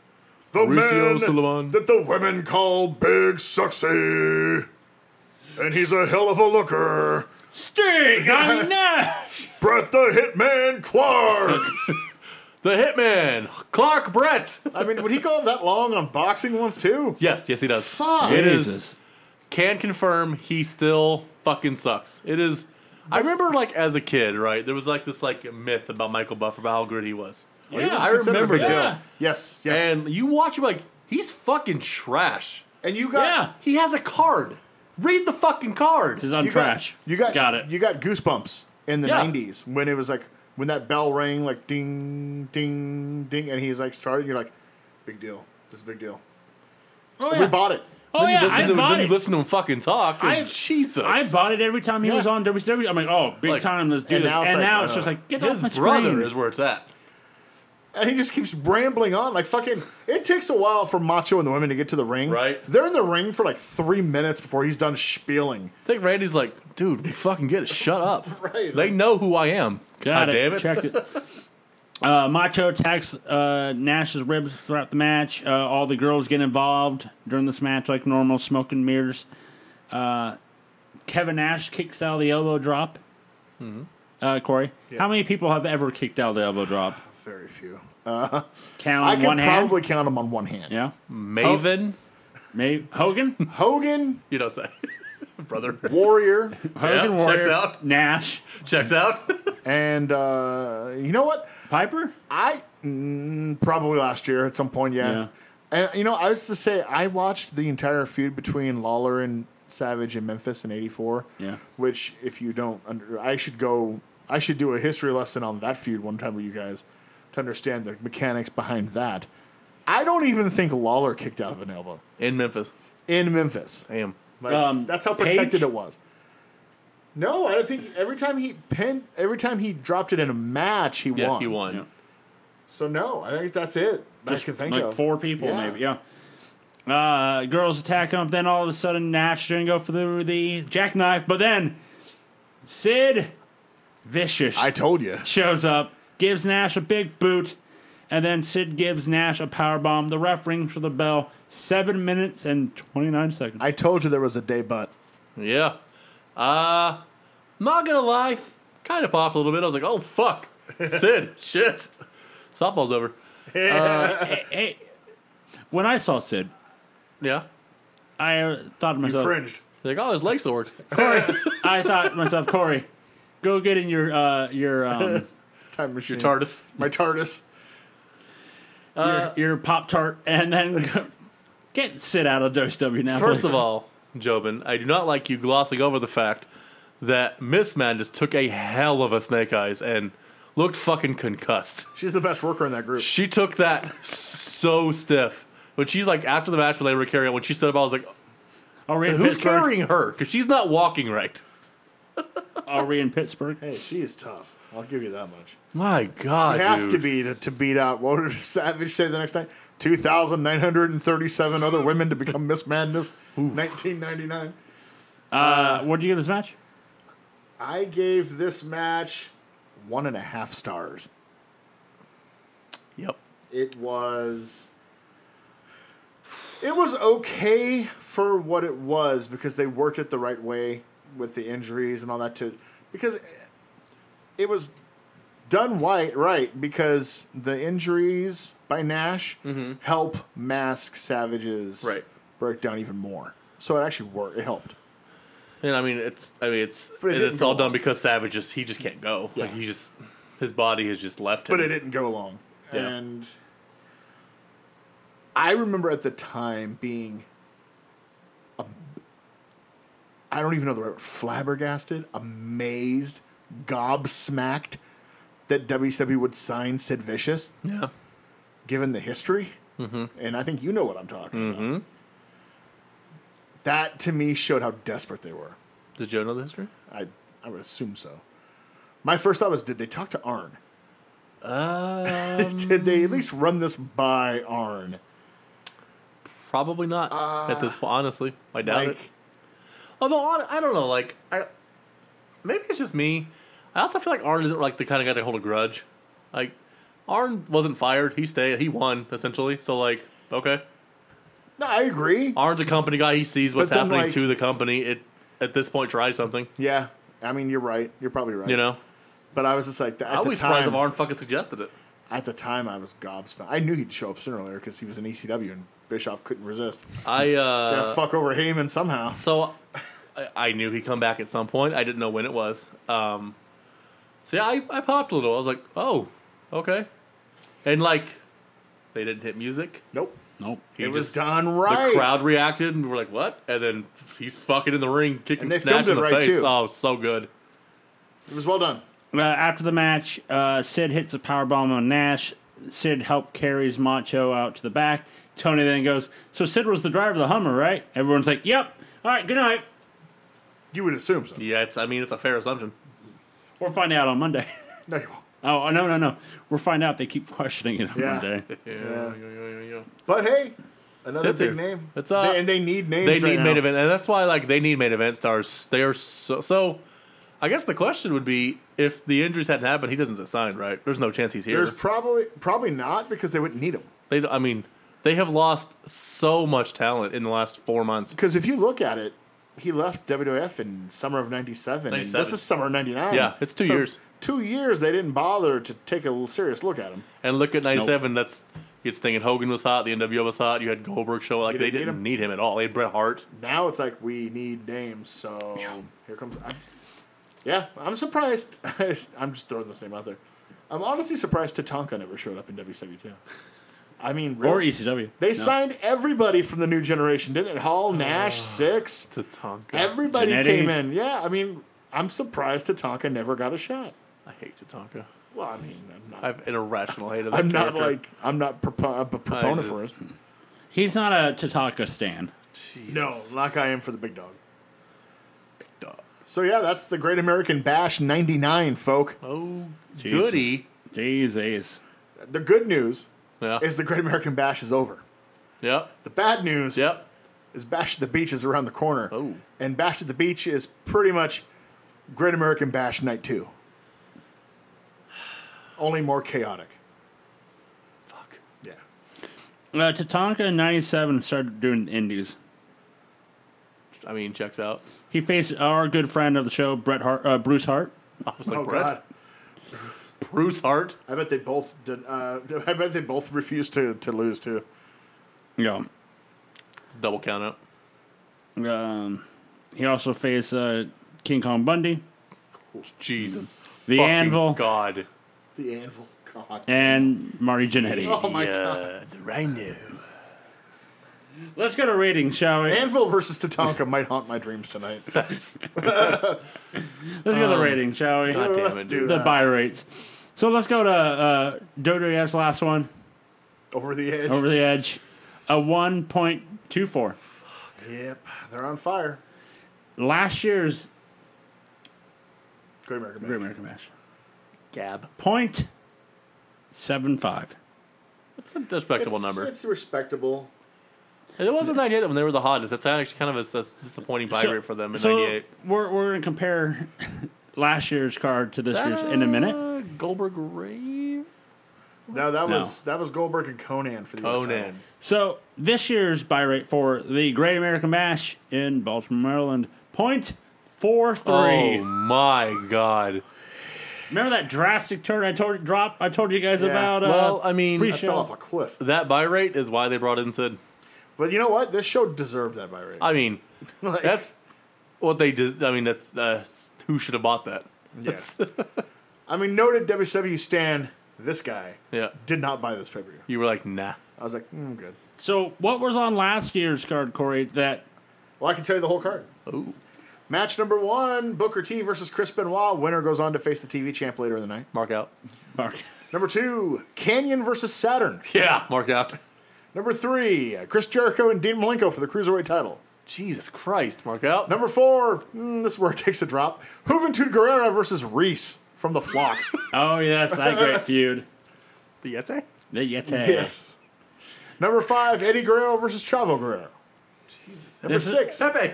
[SPEAKER 2] the
[SPEAKER 3] Mauricio
[SPEAKER 2] man
[SPEAKER 3] Sullivan.
[SPEAKER 2] that the women call Big Sexy. And he's a hell of a looker.
[SPEAKER 1] Sting on Nash.
[SPEAKER 2] Brett the Hitman Clark.
[SPEAKER 3] The Hitman, Clark Brett.
[SPEAKER 2] I mean, would he go that long on boxing once too?
[SPEAKER 3] yes, yes, he does.
[SPEAKER 2] Fuck.
[SPEAKER 3] It is.
[SPEAKER 1] Jesus.
[SPEAKER 3] Can confirm he still fucking sucks. It is. I remember like as a kid, right? There was like this like myth about Michael Buffer about how good he was.
[SPEAKER 1] Yeah,
[SPEAKER 3] I
[SPEAKER 2] Consider it a
[SPEAKER 3] remember
[SPEAKER 2] big
[SPEAKER 3] this.
[SPEAKER 2] deal. Yes, yes.
[SPEAKER 3] And you watch him like he's fucking trash.
[SPEAKER 2] And you got
[SPEAKER 1] Yeah.
[SPEAKER 3] He has a card. Read the fucking card.
[SPEAKER 1] He's on
[SPEAKER 2] you
[SPEAKER 1] trash.
[SPEAKER 2] Got, you got
[SPEAKER 1] got it.
[SPEAKER 2] You got goosebumps in the
[SPEAKER 3] Yeah.
[SPEAKER 2] '90s when it was like when that bell rang like ding, ding, ding, and he's like started. You're like, big deal. This is a big deal.
[SPEAKER 1] Oh
[SPEAKER 2] We
[SPEAKER 1] yeah,
[SPEAKER 2] bought it.
[SPEAKER 1] oh
[SPEAKER 3] then
[SPEAKER 1] yeah,
[SPEAKER 3] you listen
[SPEAKER 1] I
[SPEAKER 3] to
[SPEAKER 1] bought
[SPEAKER 3] then
[SPEAKER 1] it.
[SPEAKER 3] you listen to him fucking talk. and
[SPEAKER 1] I-
[SPEAKER 3] Jesus,
[SPEAKER 1] I bought it every time he was
[SPEAKER 2] Yeah.
[SPEAKER 1] on WCW. I'm like, oh, big
[SPEAKER 3] Like,
[SPEAKER 1] time, let's do
[SPEAKER 2] and
[SPEAKER 1] this.
[SPEAKER 2] now it's
[SPEAKER 1] and
[SPEAKER 2] like,
[SPEAKER 1] now it's
[SPEAKER 2] uh,
[SPEAKER 1] just like, get
[SPEAKER 3] his
[SPEAKER 1] off my
[SPEAKER 3] brother
[SPEAKER 1] screen.
[SPEAKER 3] is where it's at.
[SPEAKER 2] And he just keeps rambling on. Like fucking it takes a while for Macho and the women to get to the ring.
[SPEAKER 3] Right.
[SPEAKER 2] They're in the ring for like three minutes before he's done spieling.
[SPEAKER 3] I think Randy's like, dude, we fucking get it. Shut up.
[SPEAKER 2] Right.
[SPEAKER 3] They know who I am.
[SPEAKER 1] Got
[SPEAKER 3] God
[SPEAKER 1] it.
[SPEAKER 3] damn it.
[SPEAKER 1] Check it. Uh, Macho attacks uh, Nash's ribs throughout the match. Uh, all the girls get involved during this match like normal, smoking mirrors. Uh, Kevin Nash kicks out of the elbow drop.
[SPEAKER 2] Mm-hmm.
[SPEAKER 1] Uh, Corey, how many people have ever kicked out of the elbow drop?
[SPEAKER 2] Very few.
[SPEAKER 1] Count
[SPEAKER 2] I
[SPEAKER 1] on
[SPEAKER 2] can
[SPEAKER 1] one hand.
[SPEAKER 2] probably count them on one hand.
[SPEAKER 1] Yeah,
[SPEAKER 3] Maven.
[SPEAKER 1] Oh. maybe Hogan.
[SPEAKER 2] Hogan,
[SPEAKER 3] You don't say. Brother.
[SPEAKER 2] Warrior,
[SPEAKER 1] Hogan
[SPEAKER 3] Yeah,
[SPEAKER 1] Warrior,
[SPEAKER 3] checks out.
[SPEAKER 1] Nash,
[SPEAKER 3] Checks out.
[SPEAKER 2] and uh, you know what?
[SPEAKER 1] Piper.
[SPEAKER 2] I mm, probably last year at some point, yeah.
[SPEAKER 1] Yeah.
[SPEAKER 2] And you know, I was to say I watched the entire feud between Lawler and Savage in Memphis in '84.
[SPEAKER 1] Yeah.
[SPEAKER 2] Which, if you don't, under, I should go. I should do a history lesson on that feud one time with you guys to understand the mechanics behind that. I don't even think Lawler kicked out of an elbow
[SPEAKER 3] In Memphis.
[SPEAKER 2] in Memphis.
[SPEAKER 3] Damn.
[SPEAKER 2] Like,
[SPEAKER 1] Um,
[SPEAKER 2] that's how
[SPEAKER 1] Page?
[SPEAKER 2] protected it was. No, I don't think every time he pinned, every time he dropped it in a match, he
[SPEAKER 3] Yeah,
[SPEAKER 2] won.
[SPEAKER 3] he won.
[SPEAKER 1] Yeah.
[SPEAKER 2] So no, I think that's it. that I
[SPEAKER 1] Just
[SPEAKER 2] can think
[SPEAKER 1] like
[SPEAKER 2] of
[SPEAKER 1] four people,
[SPEAKER 2] Yeah.
[SPEAKER 1] maybe. Yeah. Uh, girls attack him. Then all of a sudden, Nash going to go for the, the jackknife. But then Sid Vicious
[SPEAKER 2] I told you.
[SPEAKER 1] shows up, gives Nash a big boot, and then Sid gives Nash a power bomb. The ref rings for the bell. Seven minutes and twenty nine seconds.
[SPEAKER 2] I told you there was a day but.
[SPEAKER 3] Yeah. Uh, not gonna lie, kind of popped a little bit. I was like, oh fuck, Sid, shit, softball's over.
[SPEAKER 1] Hey, hey, when I saw Sid,
[SPEAKER 3] Yeah.
[SPEAKER 1] I uh, thought to myself,
[SPEAKER 2] Fringed.
[SPEAKER 3] Like, oh, his leg still works.
[SPEAKER 1] Corey. I thought to myself, Corey, go get in your uh, your, um,
[SPEAKER 2] Time machine.
[SPEAKER 3] TARDIS.
[SPEAKER 2] My TARDIS.
[SPEAKER 3] Uh,
[SPEAKER 1] your your Pop Tart, and then go, get Sid out of WCW now.
[SPEAKER 3] First
[SPEAKER 1] please.
[SPEAKER 3] of all, Jobin, I do not like you glossing over the fact that Miss Madness took a hell of a snake eyes and looked fucking concussed.
[SPEAKER 2] She's the best worker in that group.
[SPEAKER 3] She took that so stiff. When she's like after the match when they were carrying on, when she stood up, I was like,
[SPEAKER 1] Are we in
[SPEAKER 3] who's
[SPEAKER 1] Pittsburgh?
[SPEAKER 3] carrying her? Because she's not walking right.
[SPEAKER 1] Are we in Pittsburgh?
[SPEAKER 2] Hey, she is tough. I'll give you that much.
[SPEAKER 3] My God,
[SPEAKER 2] You have
[SPEAKER 3] dude.
[SPEAKER 2] to be to, to beat out what did Savage say the next night? Two thousand nine hundred and thirty-seven other women to become Miss Madness, nineteen ninety-nine.
[SPEAKER 1] Uh, what do you give this match?
[SPEAKER 2] I gave this match one and a half stars.
[SPEAKER 3] Yep.
[SPEAKER 2] It was. It was okay for what it was because they worked it the right way with the injuries and all that to because it was done right right because the injuries by Nash help mask Savage's
[SPEAKER 3] Right.
[SPEAKER 2] breakdown even more. So it actually worked. It helped.
[SPEAKER 3] And I mean, it's I mean, it's
[SPEAKER 2] But it
[SPEAKER 3] and
[SPEAKER 2] didn't
[SPEAKER 3] it's
[SPEAKER 2] go
[SPEAKER 3] all done
[SPEAKER 2] long.
[SPEAKER 3] because Savage just he just can't go.
[SPEAKER 2] Yeah.
[SPEAKER 3] Like he just his body has just left him.
[SPEAKER 2] but it didn't go long.
[SPEAKER 3] Yeah.
[SPEAKER 2] And I remember at the time being, I I don't even know the right word, flabbergasted, amazed, gobsmacked that WCW would sign Sid Vicious,
[SPEAKER 3] Yeah.
[SPEAKER 2] given the history. And I think you know what I'm talking about. That to me showed how desperate they were.
[SPEAKER 3] Does Joe know the history?
[SPEAKER 2] I I would assume so. My first thought was, did they talk to Arn?
[SPEAKER 3] Uh,
[SPEAKER 2] Did they at least run this by Arn?
[SPEAKER 3] probably not at this point. Honestly, I doubt
[SPEAKER 2] Uh, Like,
[SPEAKER 3] it. Although hon- I don't know, like I maybe it's just me. I also feel like Arn isn't like the kind of guy to hold a grudge. Like Arn wasn't fired; he stayed. He won essentially. So like, okay,
[SPEAKER 2] no, I agree.
[SPEAKER 3] Arn's a company guy. He sees what's
[SPEAKER 2] But then,
[SPEAKER 3] happening
[SPEAKER 2] like-
[SPEAKER 3] to the company. It at this point try something.
[SPEAKER 2] Yeah, I mean you're right. You're probably right.
[SPEAKER 3] You know,
[SPEAKER 2] but I was just like at
[SPEAKER 3] I
[SPEAKER 2] the
[SPEAKER 3] was surprised
[SPEAKER 2] time.
[SPEAKER 3] if Arn fucking suggested it.
[SPEAKER 2] At the time, I was gobsmacked. I knew he'd show up sooner or later because he was in ECW and Bischoff couldn't resist.
[SPEAKER 3] I uh,
[SPEAKER 2] Gotta fuck over Heyman somehow.
[SPEAKER 3] So I, I knew he'd come back at some point. I didn't know when it was. Um, so yeah, I, I popped a little. I was like, oh, okay. And like, they didn't hit music.
[SPEAKER 2] Nope,
[SPEAKER 1] Nope.
[SPEAKER 3] He
[SPEAKER 2] it was
[SPEAKER 3] just-
[SPEAKER 2] done
[SPEAKER 3] The
[SPEAKER 2] right.
[SPEAKER 3] crowd reacted and we're like, what? And then he's fucking in the ring, kicking
[SPEAKER 2] And they
[SPEAKER 3] Snatch
[SPEAKER 2] filmed it
[SPEAKER 3] in the
[SPEAKER 2] right,
[SPEAKER 3] face.
[SPEAKER 2] too.
[SPEAKER 3] Oh, so good.
[SPEAKER 2] It was well done.
[SPEAKER 1] Uh, after the match, uh, Sid hits a power bomb on Nash. Sid help carries Macho out to the back. Tony then goes, So Sid was the driver of the Hummer, right? Everyone's like, Yep. All right, good night.
[SPEAKER 2] You would assume so.
[SPEAKER 3] Yeah, it's. I mean, it's a fair assumption.
[SPEAKER 1] We'll find out on Monday.
[SPEAKER 2] No, you won't.
[SPEAKER 1] oh, no, no, no. We'll find out. They keep questioning it on
[SPEAKER 2] Yeah.
[SPEAKER 1] Monday.
[SPEAKER 3] Yeah.
[SPEAKER 2] Yeah.
[SPEAKER 3] yeah, yeah, yeah, yeah.
[SPEAKER 2] But hey, another
[SPEAKER 3] Sid's
[SPEAKER 2] big
[SPEAKER 3] here.
[SPEAKER 2] name.
[SPEAKER 3] It's, uh,
[SPEAKER 2] They- and they need names.
[SPEAKER 3] They
[SPEAKER 2] right
[SPEAKER 3] need
[SPEAKER 2] now.
[SPEAKER 3] main event, and that's why like they need main event stars. They are so. so I guess the question would be if the injuries hadn't happened, he doesn't get signed, right? There's no chance he's here.
[SPEAKER 2] There's probably probably not because they wouldn't need them.
[SPEAKER 3] They, don't- I mean, they have lost so much talent in the last four months.
[SPEAKER 2] Because if you look at it, he left WWF in summer of '97. and
[SPEAKER 3] 97.
[SPEAKER 2] This is summer of '99.
[SPEAKER 3] Yeah, it's two years.
[SPEAKER 2] Two years they didn't bother to take a little serious look at him.
[SPEAKER 3] And look at '97. That's it's thinking Hogan was hot, the NWO was hot. You had Goldberg show like
[SPEAKER 2] You
[SPEAKER 3] they
[SPEAKER 2] didn't need
[SPEAKER 3] didn't
[SPEAKER 2] him.
[SPEAKER 3] need him at all. They had Bret Hart.
[SPEAKER 2] Now it's like we need names. So here comes. I'm, yeah, I'm surprised. I'm just throwing this name out there. I'm honestly surprised Tatanka never showed up in WCW. I mean,
[SPEAKER 1] Or
[SPEAKER 3] E
[SPEAKER 1] E
[SPEAKER 2] really?
[SPEAKER 1] ECW.
[SPEAKER 2] they
[SPEAKER 1] No.
[SPEAKER 2] signed everybody from the new generation, didn't it? Hall,
[SPEAKER 3] Uh,
[SPEAKER 2] Nash, Six.
[SPEAKER 3] Tatanka.
[SPEAKER 2] Everybody
[SPEAKER 1] Jannetty.
[SPEAKER 2] came in. Yeah, I mean, I'm surprised Tatanka never got a shot.
[SPEAKER 3] I hate Tatanka.
[SPEAKER 2] Well, I mean, I'm not.
[SPEAKER 3] I have an irrational hate of that
[SPEAKER 2] I'm not
[SPEAKER 3] character.
[SPEAKER 2] like I'm not propo- a proponent
[SPEAKER 3] I
[SPEAKER 2] for
[SPEAKER 3] just-
[SPEAKER 2] it.
[SPEAKER 1] He's not a Tataka stan.
[SPEAKER 2] No,
[SPEAKER 3] Jesus.
[SPEAKER 2] like I am for the big dog.
[SPEAKER 3] Dog.
[SPEAKER 2] So yeah, that's the Great American Bash '99, folk.
[SPEAKER 3] Oh,
[SPEAKER 1] Jesus.
[SPEAKER 3] goody.
[SPEAKER 1] Jesus.
[SPEAKER 2] The good news
[SPEAKER 3] Yeah.
[SPEAKER 2] is the Great American Bash is over.
[SPEAKER 3] Yep.
[SPEAKER 2] The bad news
[SPEAKER 3] Yep.
[SPEAKER 2] is Bash at the Beach is around the corner.
[SPEAKER 3] Oh.
[SPEAKER 2] And Bash at the Beach is pretty much Great American Bash Night 2. Only more chaotic.
[SPEAKER 3] Fuck.
[SPEAKER 2] Yeah.
[SPEAKER 1] Uh, Tatanka in 97 started doing the indies.
[SPEAKER 3] I mean, checks out.
[SPEAKER 1] He faced our good friend of the show, Bret Hart, uh, Bruce Hart.
[SPEAKER 3] I was like,
[SPEAKER 2] Oh,
[SPEAKER 3] Bret?
[SPEAKER 2] God.
[SPEAKER 3] Bruce Hart.
[SPEAKER 2] I bet they both did, uh, I bet they both refused to, to lose too.
[SPEAKER 1] Yeah.
[SPEAKER 3] It's a double count out.
[SPEAKER 1] Um, he also faced uh, King Kong Bundy,
[SPEAKER 3] Jesus.
[SPEAKER 1] The
[SPEAKER 3] fucking
[SPEAKER 1] Anvil,
[SPEAKER 3] God.
[SPEAKER 2] The anvil. God.
[SPEAKER 1] and Marty Jannetty.
[SPEAKER 2] Oh my god.
[SPEAKER 3] Uh, the Rhino.
[SPEAKER 1] Let's go to ratings, shall we?
[SPEAKER 2] Anvil versus Tatanka might haunt my dreams tonight.
[SPEAKER 3] That's
[SPEAKER 1] Let's go to ratings, shall we?
[SPEAKER 3] Um, God damn
[SPEAKER 2] Let's
[SPEAKER 3] it,
[SPEAKER 2] do
[SPEAKER 3] dude.
[SPEAKER 1] The
[SPEAKER 2] that.
[SPEAKER 1] buy rates. So let's go to uh, WWF's last one,
[SPEAKER 2] Over the edge.
[SPEAKER 1] Over the Edge, a 1.24.
[SPEAKER 2] Yep. They're on fire.
[SPEAKER 1] Last year's
[SPEAKER 2] Great American Bash.
[SPEAKER 1] Great American Bash,
[SPEAKER 3] Gab.
[SPEAKER 1] 0.75.
[SPEAKER 3] That's a respectable
[SPEAKER 2] It's,
[SPEAKER 3] number.
[SPEAKER 2] it's respectable.
[SPEAKER 3] And it wasn't 98 when they were the hottest. That's actually kind of a, s- disappointing buy
[SPEAKER 1] So-
[SPEAKER 3] rate for them in
[SPEAKER 1] so
[SPEAKER 3] 98.
[SPEAKER 1] We're, we're going to compare last year's card to this year's in a minute.
[SPEAKER 3] Uh, Goldberg Ray?
[SPEAKER 2] No, that
[SPEAKER 1] No.
[SPEAKER 2] was that was Goldberg and Conan for the US title.
[SPEAKER 3] Conan.
[SPEAKER 1] So this year's buy rate for the Great American Bash in Baltimore, Maryland, 0.43.
[SPEAKER 3] Oh my God.
[SPEAKER 1] Remember that drastic turn I told drop I told you guys
[SPEAKER 2] Yeah.
[SPEAKER 1] about? Uh,
[SPEAKER 3] Well, I mean,
[SPEAKER 1] pre-
[SPEAKER 2] I
[SPEAKER 1] Show.
[SPEAKER 2] fell off a cliff.
[SPEAKER 3] that buy rate is why they brought in Sid.
[SPEAKER 2] But you know what? This show deserved that by rate.
[SPEAKER 3] I mean,
[SPEAKER 2] Like,
[SPEAKER 3] that's what they did. I mean, that's uh, it's- who should have bought that. That's-
[SPEAKER 2] I mean, noted WW Stan, this guy
[SPEAKER 3] yeah.
[SPEAKER 2] did not buy this pay per view.
[SPEAKER 3] You were like, nah.
[SPEAKER 2] I was like, mm, good.
[SPEAKER 1] so what was on last year's card, Corey? That
[SPEAKER 2] Well, I can tell you the whole card.
[SPEAKER 3] Ooh.
[SPEAKER 2] Match number one: Booker T versus Chris Benoit. Winner goes on to face the TV champ later in the night.
[SPEAKER 3] Mark out.
[SPEAKER 1] Mark,
[SPEAKER 2] Number two: Canyon versus Saturn.
[SPEAKER 3] Yeah. Mark out.
[SPEAKER 2] Number three: Chris Jericho and Dean Malenko for the cruiserweight title.
[SPEAKER 3] Jesus Christ. Mark out.
[SPEAKER 2] Number four: mm, this is where it takes a drop. Juventud Guerrera versus Reese from the Flock.
[SPEAKER 1] oh yes, that great feud.
[SPEAKER 3] The Yeti?
[SPEAKER 1] The Yeti.
[SPEAKER 2] yes. Number five: Eddie Guerrero versus Chavo Guerrero.
[SPEAKER 3] Jesus.
[SPEAKER 2] Number
[SPEAKER 1] This is-
[SPEAKER 2] six.
[SPEAKER 3] Pepe.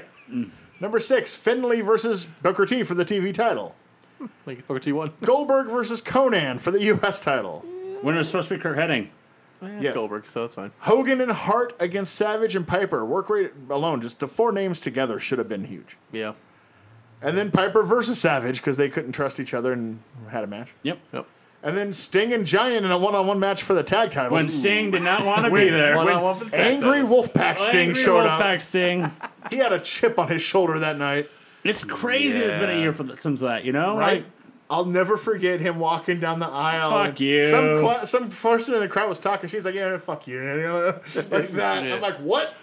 [SPEAKER 2] Number six, Finley versus Booker T for the TV title.
[SPEAKER 3] Like Booker T1.
[SPEAKER 2] Goldberg versus Conan for the U.S. title.
[SPEAKER 1] When it was supposed to be Kurt Heading.
[SPEAKER 3] That's
[SPEAKER 2] Yes.
[SPEAKER 3] Goldberg, so that's fine.
[SPEAKER 2] Hogan and Hart against Savage and Piper. Work rate alone, just the four names together should have been huge.
[SPEAKER 3] Yeah.
[SPEAKER 2] And then Piper versus Savage because they couldn't trust each other and had a match.
[SPEAKER 1] Yep.
[SPEAKER 3] Yep.
[SPEAKER 2] And then Sting and Giant in a one-on-one match for the tag titles.
[SPEAKER 1] When Sting did not want to be there.
[SPEAKER 3] One
[SPEAKER 1] When
[SPEAKER 3] on one for the tag
[SPEAKER 2] Angry
[SPEAKER 3] titles.
[SPEAKER 2] Wolfpack Sting
[SPEAKER 1] Angry
[SPEAKER 2] showed up.
[SPEAKER 1] Wolfpack Sting.
[SPEAKER 2] He had a chip on his shoulder that night.
[SPEAKER 1] It's crazy. It's been a
[SPEAKER 3] Yeah.
[SPEAKER 1] year for the, since that. You know,
[SPEAKER 2] Right.
[SPEAKER 1] Like,
[SPEAKER 2] I'll never forget him walking down the aisle.
[SPEAKER 1] Fuck
[SPEAKER 2] and
[SPEAKER 1] you.
[SPEAKER 2] Some cla- some person in the crowd was talking. She's like, "Yeah, fuck you," you know, like that.
[SPEAKER 3] Yeah.
[SPEAKER 2] I'm like, "What?"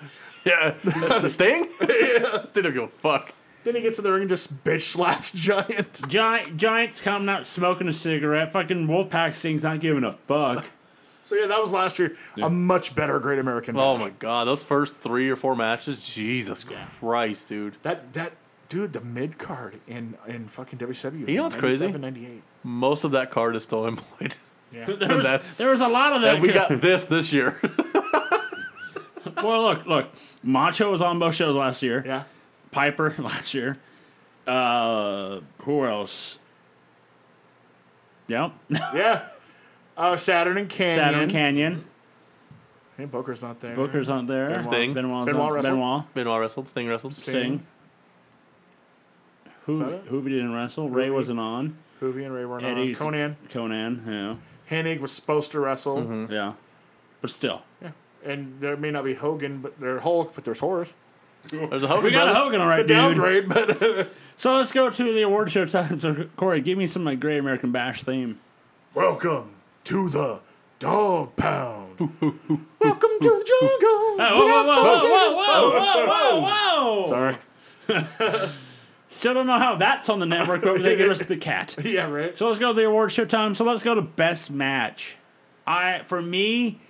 [SPEAKER 3] Yeah. That's the Sting? yeah. Sting don't give a fuck.
[SPEAKER 2] Then he gets in the ring and just bitch slaps Giant.
[SPEAKER 1] Giant, Giants coming out smoking a cigarette. Fucking Wolfpack Sting's not giving a fuck.
[SPEAKER 2] So yeah, that was last year. A much better Great American.
[SPEAKER 3] Oh
[SPEAKER 2] Bash.
[SPEAKER 3] my god, those first three or four matches, Jesus Christ, dude.
[SPEAKER 2] That that dude, the mid card in in fucking E WWE.
[SPEAKER 3] You know what's crazy?
[SPEAKER 2] 97, 98.
[SPEAKER 3] Most of that card is still employed.
[SPEAKER 2] Yeah.
[SPEAKER 1] There was,
[SPEAKER 3] that's-
[SPEAKER 1] there was a lot of that.
[SPEAKER 3] And we got this this year.
[SPEAKER 1] well, look, look. Macho was on both shows last year.
[SPEAKER 2] yeah.
[SPEAKER 1] Piper last year. Uh, who else? Yep.
[SPEAKER 2] Yeah. Oh, Saturn and Canyon.
[SPEAKER 1] Saturn Canyon.
[SPEAKER 2] Hey, Booker's not there.
[SPEAKER 1] Booker's on there.
[SPEAKER 3] Sting.
[SPEAKER 1] Benoit's
[SPEAKER 2] Benoit
[SPEAKER 1] on,
[SPEAKER 2] wrestled?
[SPEAKER 1] Benoit.
[SPEAKER 3] Benoit wrestled, Sting wrestled.
[SPEAKER 1] Sting. Who
[SPEAKER 2] About it?
[SPEAKER 1] who we didn't wrestle? Ray wasn't on.
[SPEAKER 2] Hoovy and Ray weren't
[SPEAKER 1] Eddie's-
[SPEAKER 2] on. Conan.
[SPEAKER 1] Conan. Yeah.
[SPEAKER 2] Hennig was supposed to wrestle.
[SPEAKER 1] Yeah. But still,
[SPEAKER 2] Yeah. And there may not be Hogan, but there's Hulk, but there's Horace.
[SPEAKER 3] There's a Hogan.
[SPEAKER 1] we got a
[SPEAKER 3] brother.
[SPEAKER 1] Hogan, all
[SPEAKER 2] It's
[SPEAKER 1] right,
[SPEAKER 2] a
[SPEAKER 1] dude.
[SPEAKER 2] downgrade, but
[SPEAKER 1] So let's go to the award show time. So Corey, give me some like Great American Bash theme.
[SPEAKER 2] welcome to the dog pound. welcome to the
[SPEAKER 1] Whoa,
[SPEAKER 2] jungle.
[SPEAKER 1] whoa, whoa, whoa, whoa, whoa,
[SPEAKER 2] Oh,
[SPEAKER 1] whoa,
[SPEAKER 2] sorry.
[SPEAKER 1] whoa, whoa!
[SPEAKER 2] Sorry.
[SPEAKER 1] Still don't know how that's on the network, but they give us the cat.
[SPEAKER 2] Yeah, right.
[SPEAKER 1] So let's go to the award show time. So let's go to best match. I for me,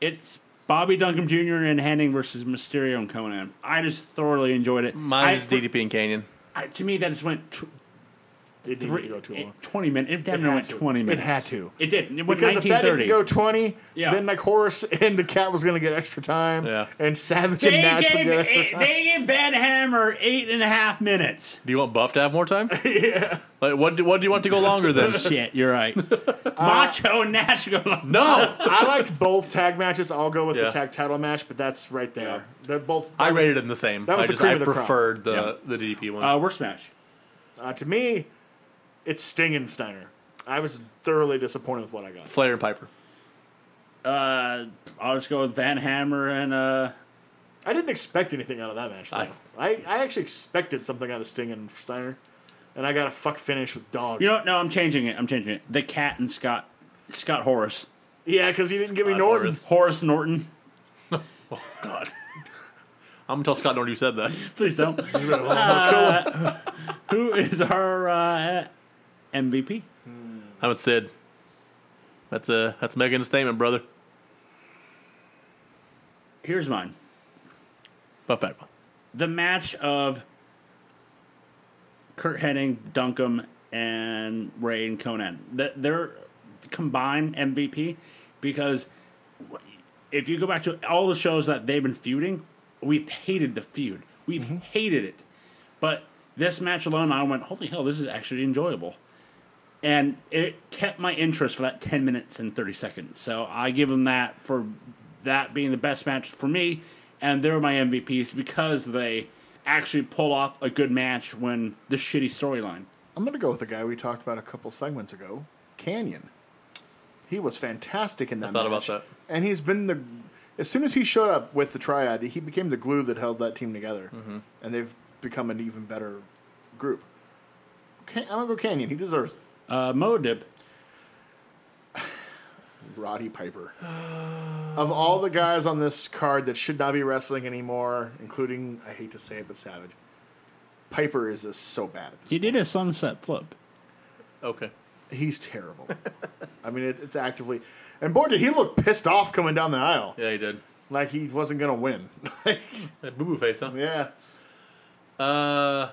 [SPEAKER 1] it's Bobby Duncombe Jr. and Henning versus Mysterio and Conan. I just thoroughly enjoyed it. I-
[SPEAKER 3] Mine is DDP and Canyon.
[SPEAKER 1] I- to me, that just went tw-
[SPEAKER 2] It didn't
[SPEAKER 1] three,
[SPEAKER 2] go too
[SPEAKER 1] it-
[SPEAKER 2] long.
[SPEAKER 1] twenty minutes. It damn near
[SPEAKER 2] had
[SPEAKER 1] went
[SPEAKER 2] to.
[SPEAKER 1] twenty
[SPEAKER 2] It
[SPEAKER 1] minutes.
[SPEAKER 2] had to.
[SPEAKER 1] It did. It went
[SPEAKER 2] Because if
[SPEAKER 1] nineteen
[SPEAKER 2] that didn't
[SPEAKER 1] thirty.
[SPEAKER 2] go 20,
[SPEAKER 1] Yeah.
[SPEAKER 2] then like Horace and the cat was going to get extra time.
[SPEAKER 3] Yeah.
[SPEAKER 2] And Savage
[SPEAKER 1] They
[SPEAKER 2] and Nash would
[SPEAKER 1] gave,
[SPEAKER 2] get extra
[SPEAKER 1] eight,
[SPEAKER 2] time.
[SPEAKER 1] they gave Bad Hammer eight and a half minutes.
[SPEAKER 3] Do you want Buff to have more time? yeah. Like what? Do, what do you want to go longer than?
[SPEAKER 1] Shit, you're right. Macho and Nash go. on.
[SPEAKER 3] no,
[SPEAKER 2] I liked both tag matches. I'll go with
[SPEAKER 3] Yeah.
[SPEAKER 2] the tag title match, but that's right there.
[SPEAKER 1] Yeah.
[SPEAKER 2] They're both.
[SPEAKER 3] I rated them the same.
[SPEAKER 2] that was
[SPEAKER 3] I
[SPEAKER 2] the
[SPEAKER 3] just
[SPEAKER 2] cream
[SPEAKER 3] I
[SPEAKER 2] of the crop.
[SPEAKER 3] preferred the the DDP one.
[SPEAKER 1] Uh, worst match.
[SPEAKER 2] Uh, to me, it's Sting and Steiner. I was thoroughly disappointed with what I got.
[SPEAKER 3] Flair and Piper.
[SPEAKER 1] Uh, I'll just go with Van Hammer and uh,
[SPEAKER 2] I didn't expect anything out of that match. Though.
[SPEAKER 3] I-
[SPEAKER 2] I, I, actually expected something out of Sting and Steiner, and I got a fuck finish with dogs.
[SPEAKER 1] You know, what? no, I'm changing it. I'm changing it. The cat and Scott, Scott Horace,
[SPEAKER 2] yeah, because he didn't give me
[SPEAKER 3] Scott
[SPEAKER 2] Norton.
[SPEAKER 3] Horace.
[SPEAKER 1] Horace Norton.
[SPEAKER 3] God. I'm gonna tell Scott Norton you said that.
[SPEAKER 1] Please don't. Uh, who is our uh, MVP?
[SPEAKER 3] I'm with Sid. That's a that's making a statement, brother.
[SPEAKER 1] Here's mine.
[SPEAKER 3] Buff Bagwell.
[SPEAKER 1] The match of Kurt Hennig, Duncombe, and Ray and Conan. Th- They're combined MVP because if you go back to all the shows that they've been feuding, we've hated the feud. We've hated it. But this match alone, I went, holy hell, this is actually enjoyable. And it kept my interest for that 10 minutes and 30 seconds. So I give them that for that being the best match for me. And they're my MVPs because they actually pulled off a good match when the shitty storyline.
[SPEAKER 2] I'm going to go with the guy we talked about a couple segments ago, Canyon. He was fantastic in that
[SPEAKER 3] thought
[SPEAKER 2] match.
[SPEAKER 3] about that.
[SPEAKER 2] And he's been the as soon as he showed up with the triad, he became the glue that held that team together.
[SPEAKER 3] Mm-hmm.
[SPEAKER 2] And they've become an even better group. Can, I'm going to go Canyon. He deserves it.
[SPEAKER 1] Uh, Modib.
[SPEAKER 2] Roddy Piper. of all the guys on this card that should not be wrestling anymore, including I hate to say it but Savage. Piper is just so bad at this.
[SPEAKER 1] He did a sunset flip.
[SPEAKER 3] Okay.
[SPEAKER 2] He's terrible. I mean, it, it's actively. And boy, did he look pissed off coming down the aisle.
[SPEAKER 3] Yeah, he did.
[SPEAKER 2] Like he wasn't going to win. like,
[SPEAKER 3] Boo boo face, huh?
[SPEAKER 2] yeah.
[SPEAKER 3] Uh,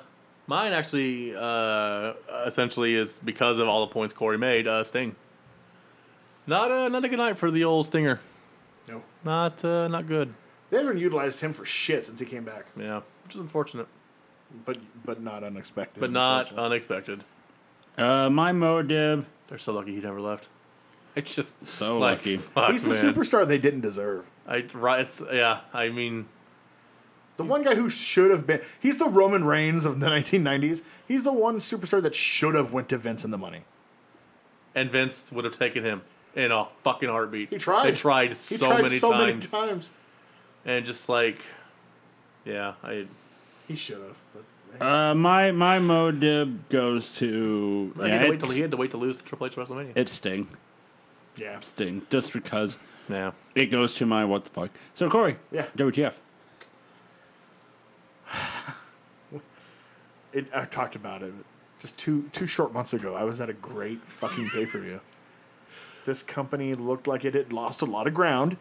[SPEAKER 3] mine actually, uh, essentially is because of all the points Corey made. Uh, Sting. Not a not a good night for the old Stinger.
[SPEAKER 2] No.
[SPEAKER 3] Not uh, not good.
[SPEAKER 2] They haven't utilized him for shit since he came back,
[SPEAKER 3] Yeah, which is unfortunate,
[SPEAKER 2] but but not unexpected.
[SPEAKER 3] but not
[SPEAKER 2] unfortunately.
[SPEAKER 3] unexpected.
[SPEAKER 1] Uh, my Modib.
[SPEAKER 3] They're so lucky he never left. It's just
[SPEAKER 1] So
[SPEAKER 3] like,
[SPEAKER 1] lucky.
[SPEAKER 3] Fuck,
[SPEAKER 2] He's the
[SPEAKER 3] man.
[SPEAKER 2] superstar they didn't deserve.
[SPEAKER 3] I right. It's, yeah, I mean,
[SPEAKER 2] The one guy who should have been. He's the Roman Reigns of the 1990s. He's the one superstar that should have went to Vince in the money.
[SPEAKER 3] and Vince would have taken him in a fucking heartbeat.
[SPEAKER 2] He tried.
[SPEAKER 3] They tried
[SPEAKER 2] He
[SPEAKER 3] so
[SPEAKER 2] tried
[SPEAKER 3] many
[SPEAKER 2] so many
[SPEAKER 3] times,
[SPEAKER 2] times.
[SPEAKER 3] and just like, yeah, I.
[SPEAKER 2] He should have. But
[SPEAKER 1] Uh, my my Modib goes to.
[SPEAKER 3] he,
[SPEAKER 1] Yeah,
[SPEAKER 3] had to wait till, he
[SPEAKER 1] it's,
[SPEAKER 3] had to wait to lose the Triple H WrestleMania.
[SPEAKER 1] it's Sting.
[SPEAKER 2] yeah.
[SPEAKER 1] Sting. Just because.
[SPEAKER 3] yeah.
[SPEAKER 1] It goes to my what the fuck. So Corey,
[SPEAKER 2] Yeah.
[SPEAKER 1] WTF?
[SPEAKER 2] It, I talked about it just two two short months ago. I was at a great fucking pay per view. This company looked like it had lost a lot of ground,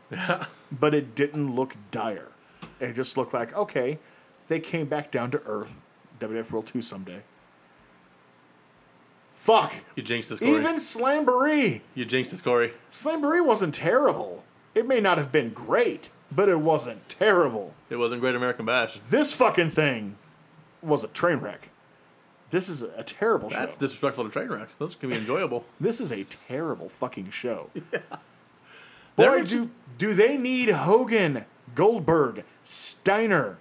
[SPEAKER 2] but it didn't look dire. It just looked like, okay, they came back down to earth. WWF World 2 someday. Fuck!
[SPEAKER 3] You jinxed this, Corey.
[SPEAKER 2] Even Slamboree!
[SPEAKER 3] you jinxed this, Corey.
[SPEAKER 2] Slamboree wasn't terrible. It may not have been great, but it wasn't terrible.
[SPEAKER 3] It wasn't Great American Bash.
[SPEAKER 2] This fucking thing was a train wreck. This is a terrible
[SPEAKER 3] That's
[SPEAKER 2] show.
[SPEAKER 3] disrespectful to train wrecks. Those can be enjoyable.
[SPEAKER 2] this is a terrible fucking show.
[SPEAKER 3] There
[SPEAKER 2] Boy,
[SPEAKER 3] were just-
[SPEAKER 2] do, do they need Hogan, Goldberg, Steiner,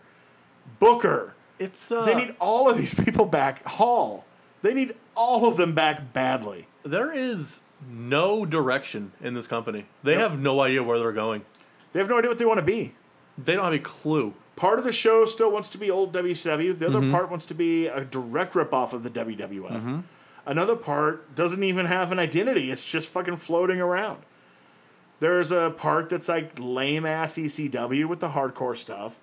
[SPEAKER 2] Booker.
[SPEAKER 3] It's uh,
[SPEAKER 2] They need all of these people back. Hall. They need all of them back badly.
[SPEAKER 3] there is no direction in this company. They have no idea where they're going.
[SPEAKER 2] They have no idea what they want to be.
[SPEAKER 3] They don't have a clue.
[SPEAKER 2] Part of the show still wants to be old WCW. The other part wants to be a direct ripoff of the WWF. Another part doesn't even have an identity. It's just fucking floating around. There's a part that's like lame ass ECW with the hardcore stuff.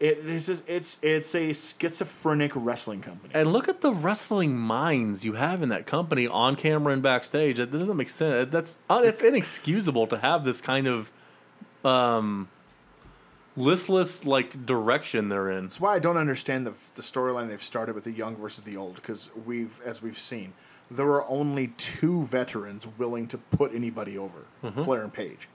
[SPEAKER 2] It, it's, just- it's it's a schizophrenic wrestling company.
[SPEAKER 3] And look at the wrestling minds you have in that company on camera and backstage. That doesn't make sense. That's uh, it's inexcusable to have this kind of um, listless like direction they're in.
[SPEAKER 2] That's why I don't understand the, the storyline they've started with the young versus the old because we've, as we've seen, there are only two veterans willing to put anybody over,
[SPEAKER 3] Mm-hmm.
[SPEAKER 2] Flair and Page.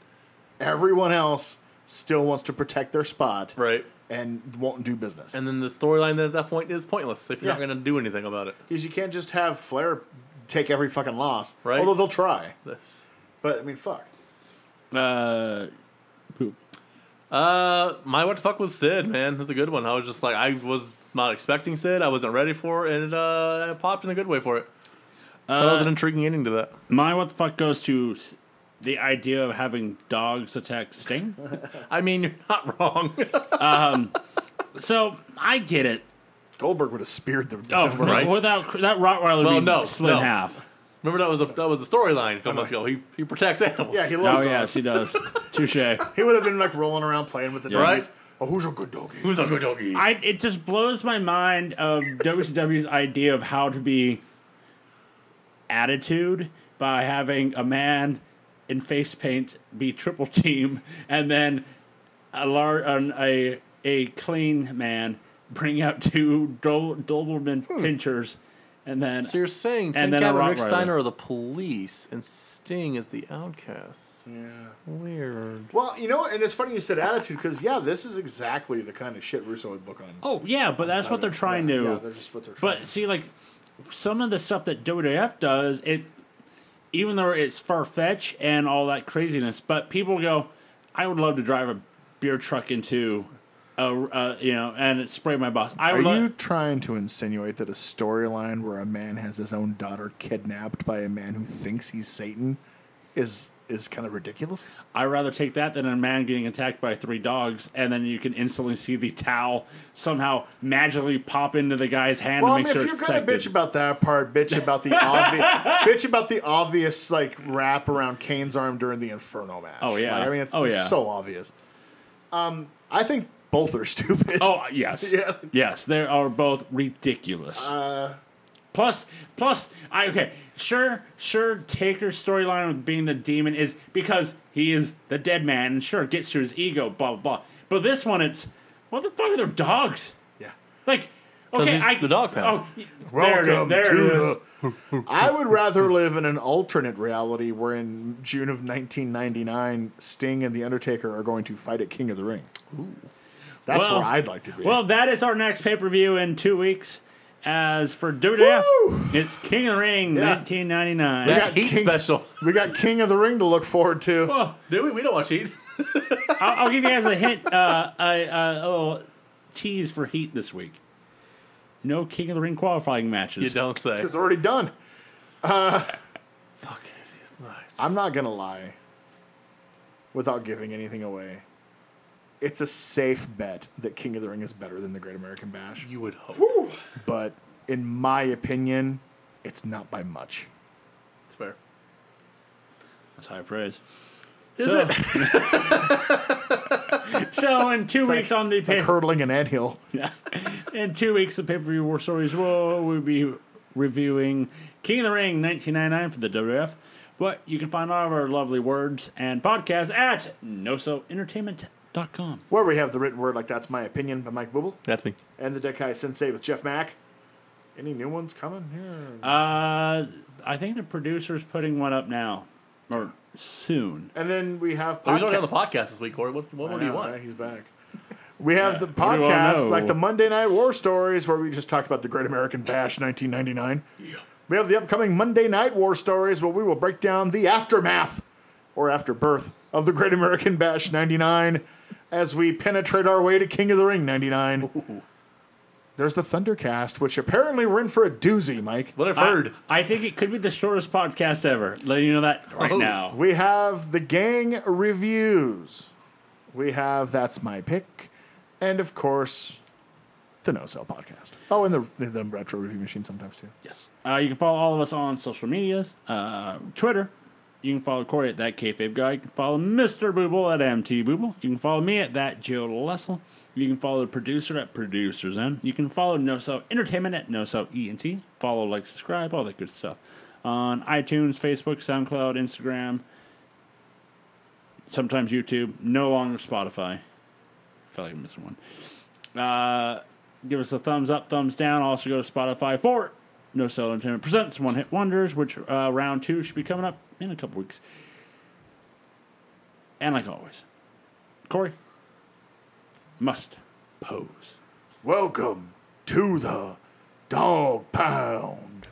[SPEAKER 2] Everyone else still wants to protect their spot
[SPEAKER 3] Right.
[SPEAKER 2] and won't do business.
[SPEAKER 3] And then the storyline then at that point is pointless if you're
[SPEAKER 2] Yeah.
[SPEAKER 3] not going to do anything about it.
[SPEAKER 2] Because you can't just have Flair take every fucking loss,
[SPEAKER 3] Right.
[SPEAKER 2] although they'll try.
[SPEAKER 3] This.
[SPEAKER 2] But I mean, fuck.
[SPEAKER 1] Uh, poop.
[SPEAKER 3] Uh, my what the fuck was Sid, man. That's a good one. I was just like, I was not expecting Sid. I wasn't ready for it, and uh, it popped in a good way for it. that was an intriguing ending to that.
[SPEAKER 1] My what the fuck goes to s- the idea of having dogs attack Sting.
[SPEAKER 3] I mean, you're not wrong.
[SPEAKER 1] so I get it.
[SPEAKER 2] Goldberg would have speared the.
[SPEAKER 1] Oh,
[SPEAKER 3] Right.
[SPEAKER 1] without that Rottweiler would
[SPEAKER 3] Well,
[SPEAKER 1] be
[SPEAKER 3] no,
[SPEAKER 1] split
[SPEAKER 3] no.
[SPEAKER 1] in half.
[SPEAKER 3] Remember that was a that was a storyline a couple months ago. He he protects animals.
[SPEAKER 2] Yeah, he
[SPEAKER 1] Oh
[SPEAKER 2] loves
[SPEAKER 1] yeah,
[SPEAKER 2] dogs.
[SPEAKER 1] she does. Touche.
[SPEAKER 2] He would have been like rolling around playing with the
[SPEAKER 1] Yeah.
[SPEAKER 2] dogs. Oh, who's your good doggy?
[SPEAKER 3] who's a good doggy?
[SPEAKER 1] I it just blows my mind of WCW's idea of how to be attitude by having a man in face paint be triple team and then a lar- an, a a clean man bring out two Dol- Doberman pinchers and then
[SPEAKER 3] so you're saying Tim
[SPEAKER 1] And then a
[SPEAKER 3] Cat and Rick
[SPEAKER 1] Rottweiler.
[SPEAKER 3] Steiner are the police, and Sting is the outcast.
[SPEAKER 2] Yeah.
[SPEAKER 3] Weird.
[SPEAKER 2] Well, you know, and it's funny you said attitude because yeah, this is exactly the kind of shit Russo would book on.
[SPEAKER 1] oh yeah, but that's what they're trying
[SPEAKER 2] yeah,
[SPEAKER 1] to
[SPEAKER 2] Yeah, they're just what they're trying.
[SPEAKER 1] But see, like some of the stuff that WWF does, it even though it's far fetched and all that craziness, but people go, "I would love to drive a beer truck into a, a you know and spray my boss." I
[SPEAKER 2] Are
[SPEAKER 1] would.
[SPEAKER 2] you
[SPEAKER 1] love
[SPEAKER 2] trying to insinuate that a storyline where a man has his own daughter kidnapped by a man who thinks he's Satan is is kind of ridiculous?
[SPEAKER 1] I'd rather take that than a man getting attacked by three dogs, and then you can instantly see the towel somehow magically pop into the guy's hand
[SPEAKER 2] Well, I
[SPEAKER 1] and
[SPEAKER 2] mean,
[SPEAKER 1] make
[SPEAKER 2] if
[SPEAKER 1] sure
[SPEAKER 2] you're
[SPEAKER 1] it's
[SPEAKER 2] gonna
[SPEAKER 1] protected.
[SPEAKER 2] bitch about that part, bitch about the obvious, bitch about the obvious like wrap around Kane's arm during the Inferno match.
[SPEAKER 1] Oh, yeah.
[SPEAKER 2] Like, I mean, it's,
[SPEAKER 1] Oh,
[SPEAKER 2] it's
[SPEAKER 1] yeah.
[SPEAKER 2] so obvious. Um, I think both are stupid.
[SPEAKER 1] Oh yes,
[SPEAKER 2] Yeah. Uh,
[SPEAKER 1] yes, they are both ridiculous. plus, plus, I okay, sure, sure. Taker's storyline with being the demon is because he is the dead man, and sure, it gets to his ego, blah blah blah. But this one, it's what the fuck are their dogs?
[SPEAKER 2] yeah.
[SPEAKER 1] Like,
[SPEAKER 3] 'Cause
[SPEAKER 1] okay,
[SPEAKER 3] he's
[SPEAKER 1] I
[SPEAKER 3] the dog pound.
[SPEAKER 1] Oh, there it is.
[SPEAKER 2] Welcome
[SPEAKER 1] There it is.
[SPEAKER 2] to the- I would rather live in an alternate reality where in June of 1999, Sting and The Undertaker are going to fight at King of the Ring. That's
[SPEAKER 1] Well-
[SPEAKER 2] where I'd like to be.
[SPEAKER 1] Well, that is our next pay per view in two weeks. As for WWF,
[SPEAKER 2] Woo!
[SPEAKER 1] it's King of the Ring,
[SPEAKER 2] Yeah.
[SPEAKER 1] 1999.
[SPEAKER 3] That
[SPEAKER 2] got
[SPEAKER 3] heat
[SPEAKER 2] King-
[SPEAKER 3] special.
[SPEAKER 2] we got King of the Ring to look forward to.
[SPEAKER 1] Oh,
[SPEAKER 3] Do we? We don't watch heat.
[SPEAKER 1] I'll, I'll give you guys a hint, uh, a, a little tease for Heat this week. No King of the Ring qualifying matches.
[SPEAKER 3] You don't say.
[SPEAKER 2] It's already done.
[SPEAKER 3] Fuck it, it's nice.
[SPEAKER 2] I'm not going to lie without giving anything away. It's a safe bet that King of the Ring is better than the Great American Bash,
[SPEAKER 3] You would hope.
[SPEAKER 2] but in my opinion, it's not by much.
[SPEAKER 3] It's fair.
[SPEAKER 1] That's high praise.
[SPEAKER 2] Is
[SPEAKER 1] So-
[SPEAKER 2] it?
[SPEAKER 1] So in two weeks on the
[SPEAKER 2] It's like
[SPEAKER 1] pay-
[SPEAKER 2] hurdling an anthill.
[SPEAKER 1] in two weeks the pay per view War Stories will we'll be reviewing King of the Ring 1999 for the WWF, But you can find all of our lovely words and podcasts at nosoentertainment.com.
[SPEAKER 2] Where we have the written word like That's My Opinion by Mike Booble
[SPEAKER 3] That's me.
[SPEAKER 2] and the Dekai Sensei with Jeff Mack. Any new ones coming here?
[SPEAKER 1] Uh, I think the producer's putting one up now or soon.
[SPEAKER 2] and then we have
[SPEAKER 3] Oh, he's
[SPEAKER 2] podca-
[SPEAKER 3] already on the podcast this week, Corey. What, what
[SPEAKER 2] I
[SPEAKER 3] more do you
[SPEAKER 2] know,
[SPEAKER 3] want?
[SPEAKER 2] right? He's back. We have the
[SPEAKER 1] What do you wanna know?
[SPEAKER 2] podcast, like the Monday Night War Stories, where we just talked about the Great American Bash 1999. We have the upcoming Monday Night War Stories, where we will break down the aftermath or afterbirth of the Great American Bash 99 as we penetrate our way to King of the Ring 99. There's the Thundercast, which apparently we're in for a doozy, Mike.
[SPEAKER 3] What I've heard.
[SPEAKER 1] I, I think it could be the shortest podcast ever. Letting you know that right
[SPEAKER 3] Oh.
[SPEAKER 1] now.
[SPEAKER 2] We have the gang reviews. We have that's my pick, and of course, the No Sell podcast. Oh, and the the retro review machine sometimes too.
[SPEAKER 1] Yes. Uh, you can follow all of us on social medias. Uh, Twitter. You can follow Corey at that kayfabe guy. You can follow Mr. Booble at MT Booble. You can follow me at that Joe Lessel. You can follow the producer at producers N. You can follow NoSo Entertainment at NoSo ENT. Follow, like, subscribe, all that good stuff on iTunes, Facebook, SoundCloud, Instagram, sometimes YouTube. No longer Spotify. I feel like I'm missing one. Uh, give us a thumbs up, thumbs down. Also go to Spotify for No Sell Entertainment Presents One Hit Wonders, which uh, round two should be coming up in a couple weeks. And like always, Corey must pose.
[SPEAKER 2] Welcome to the Dog Pound.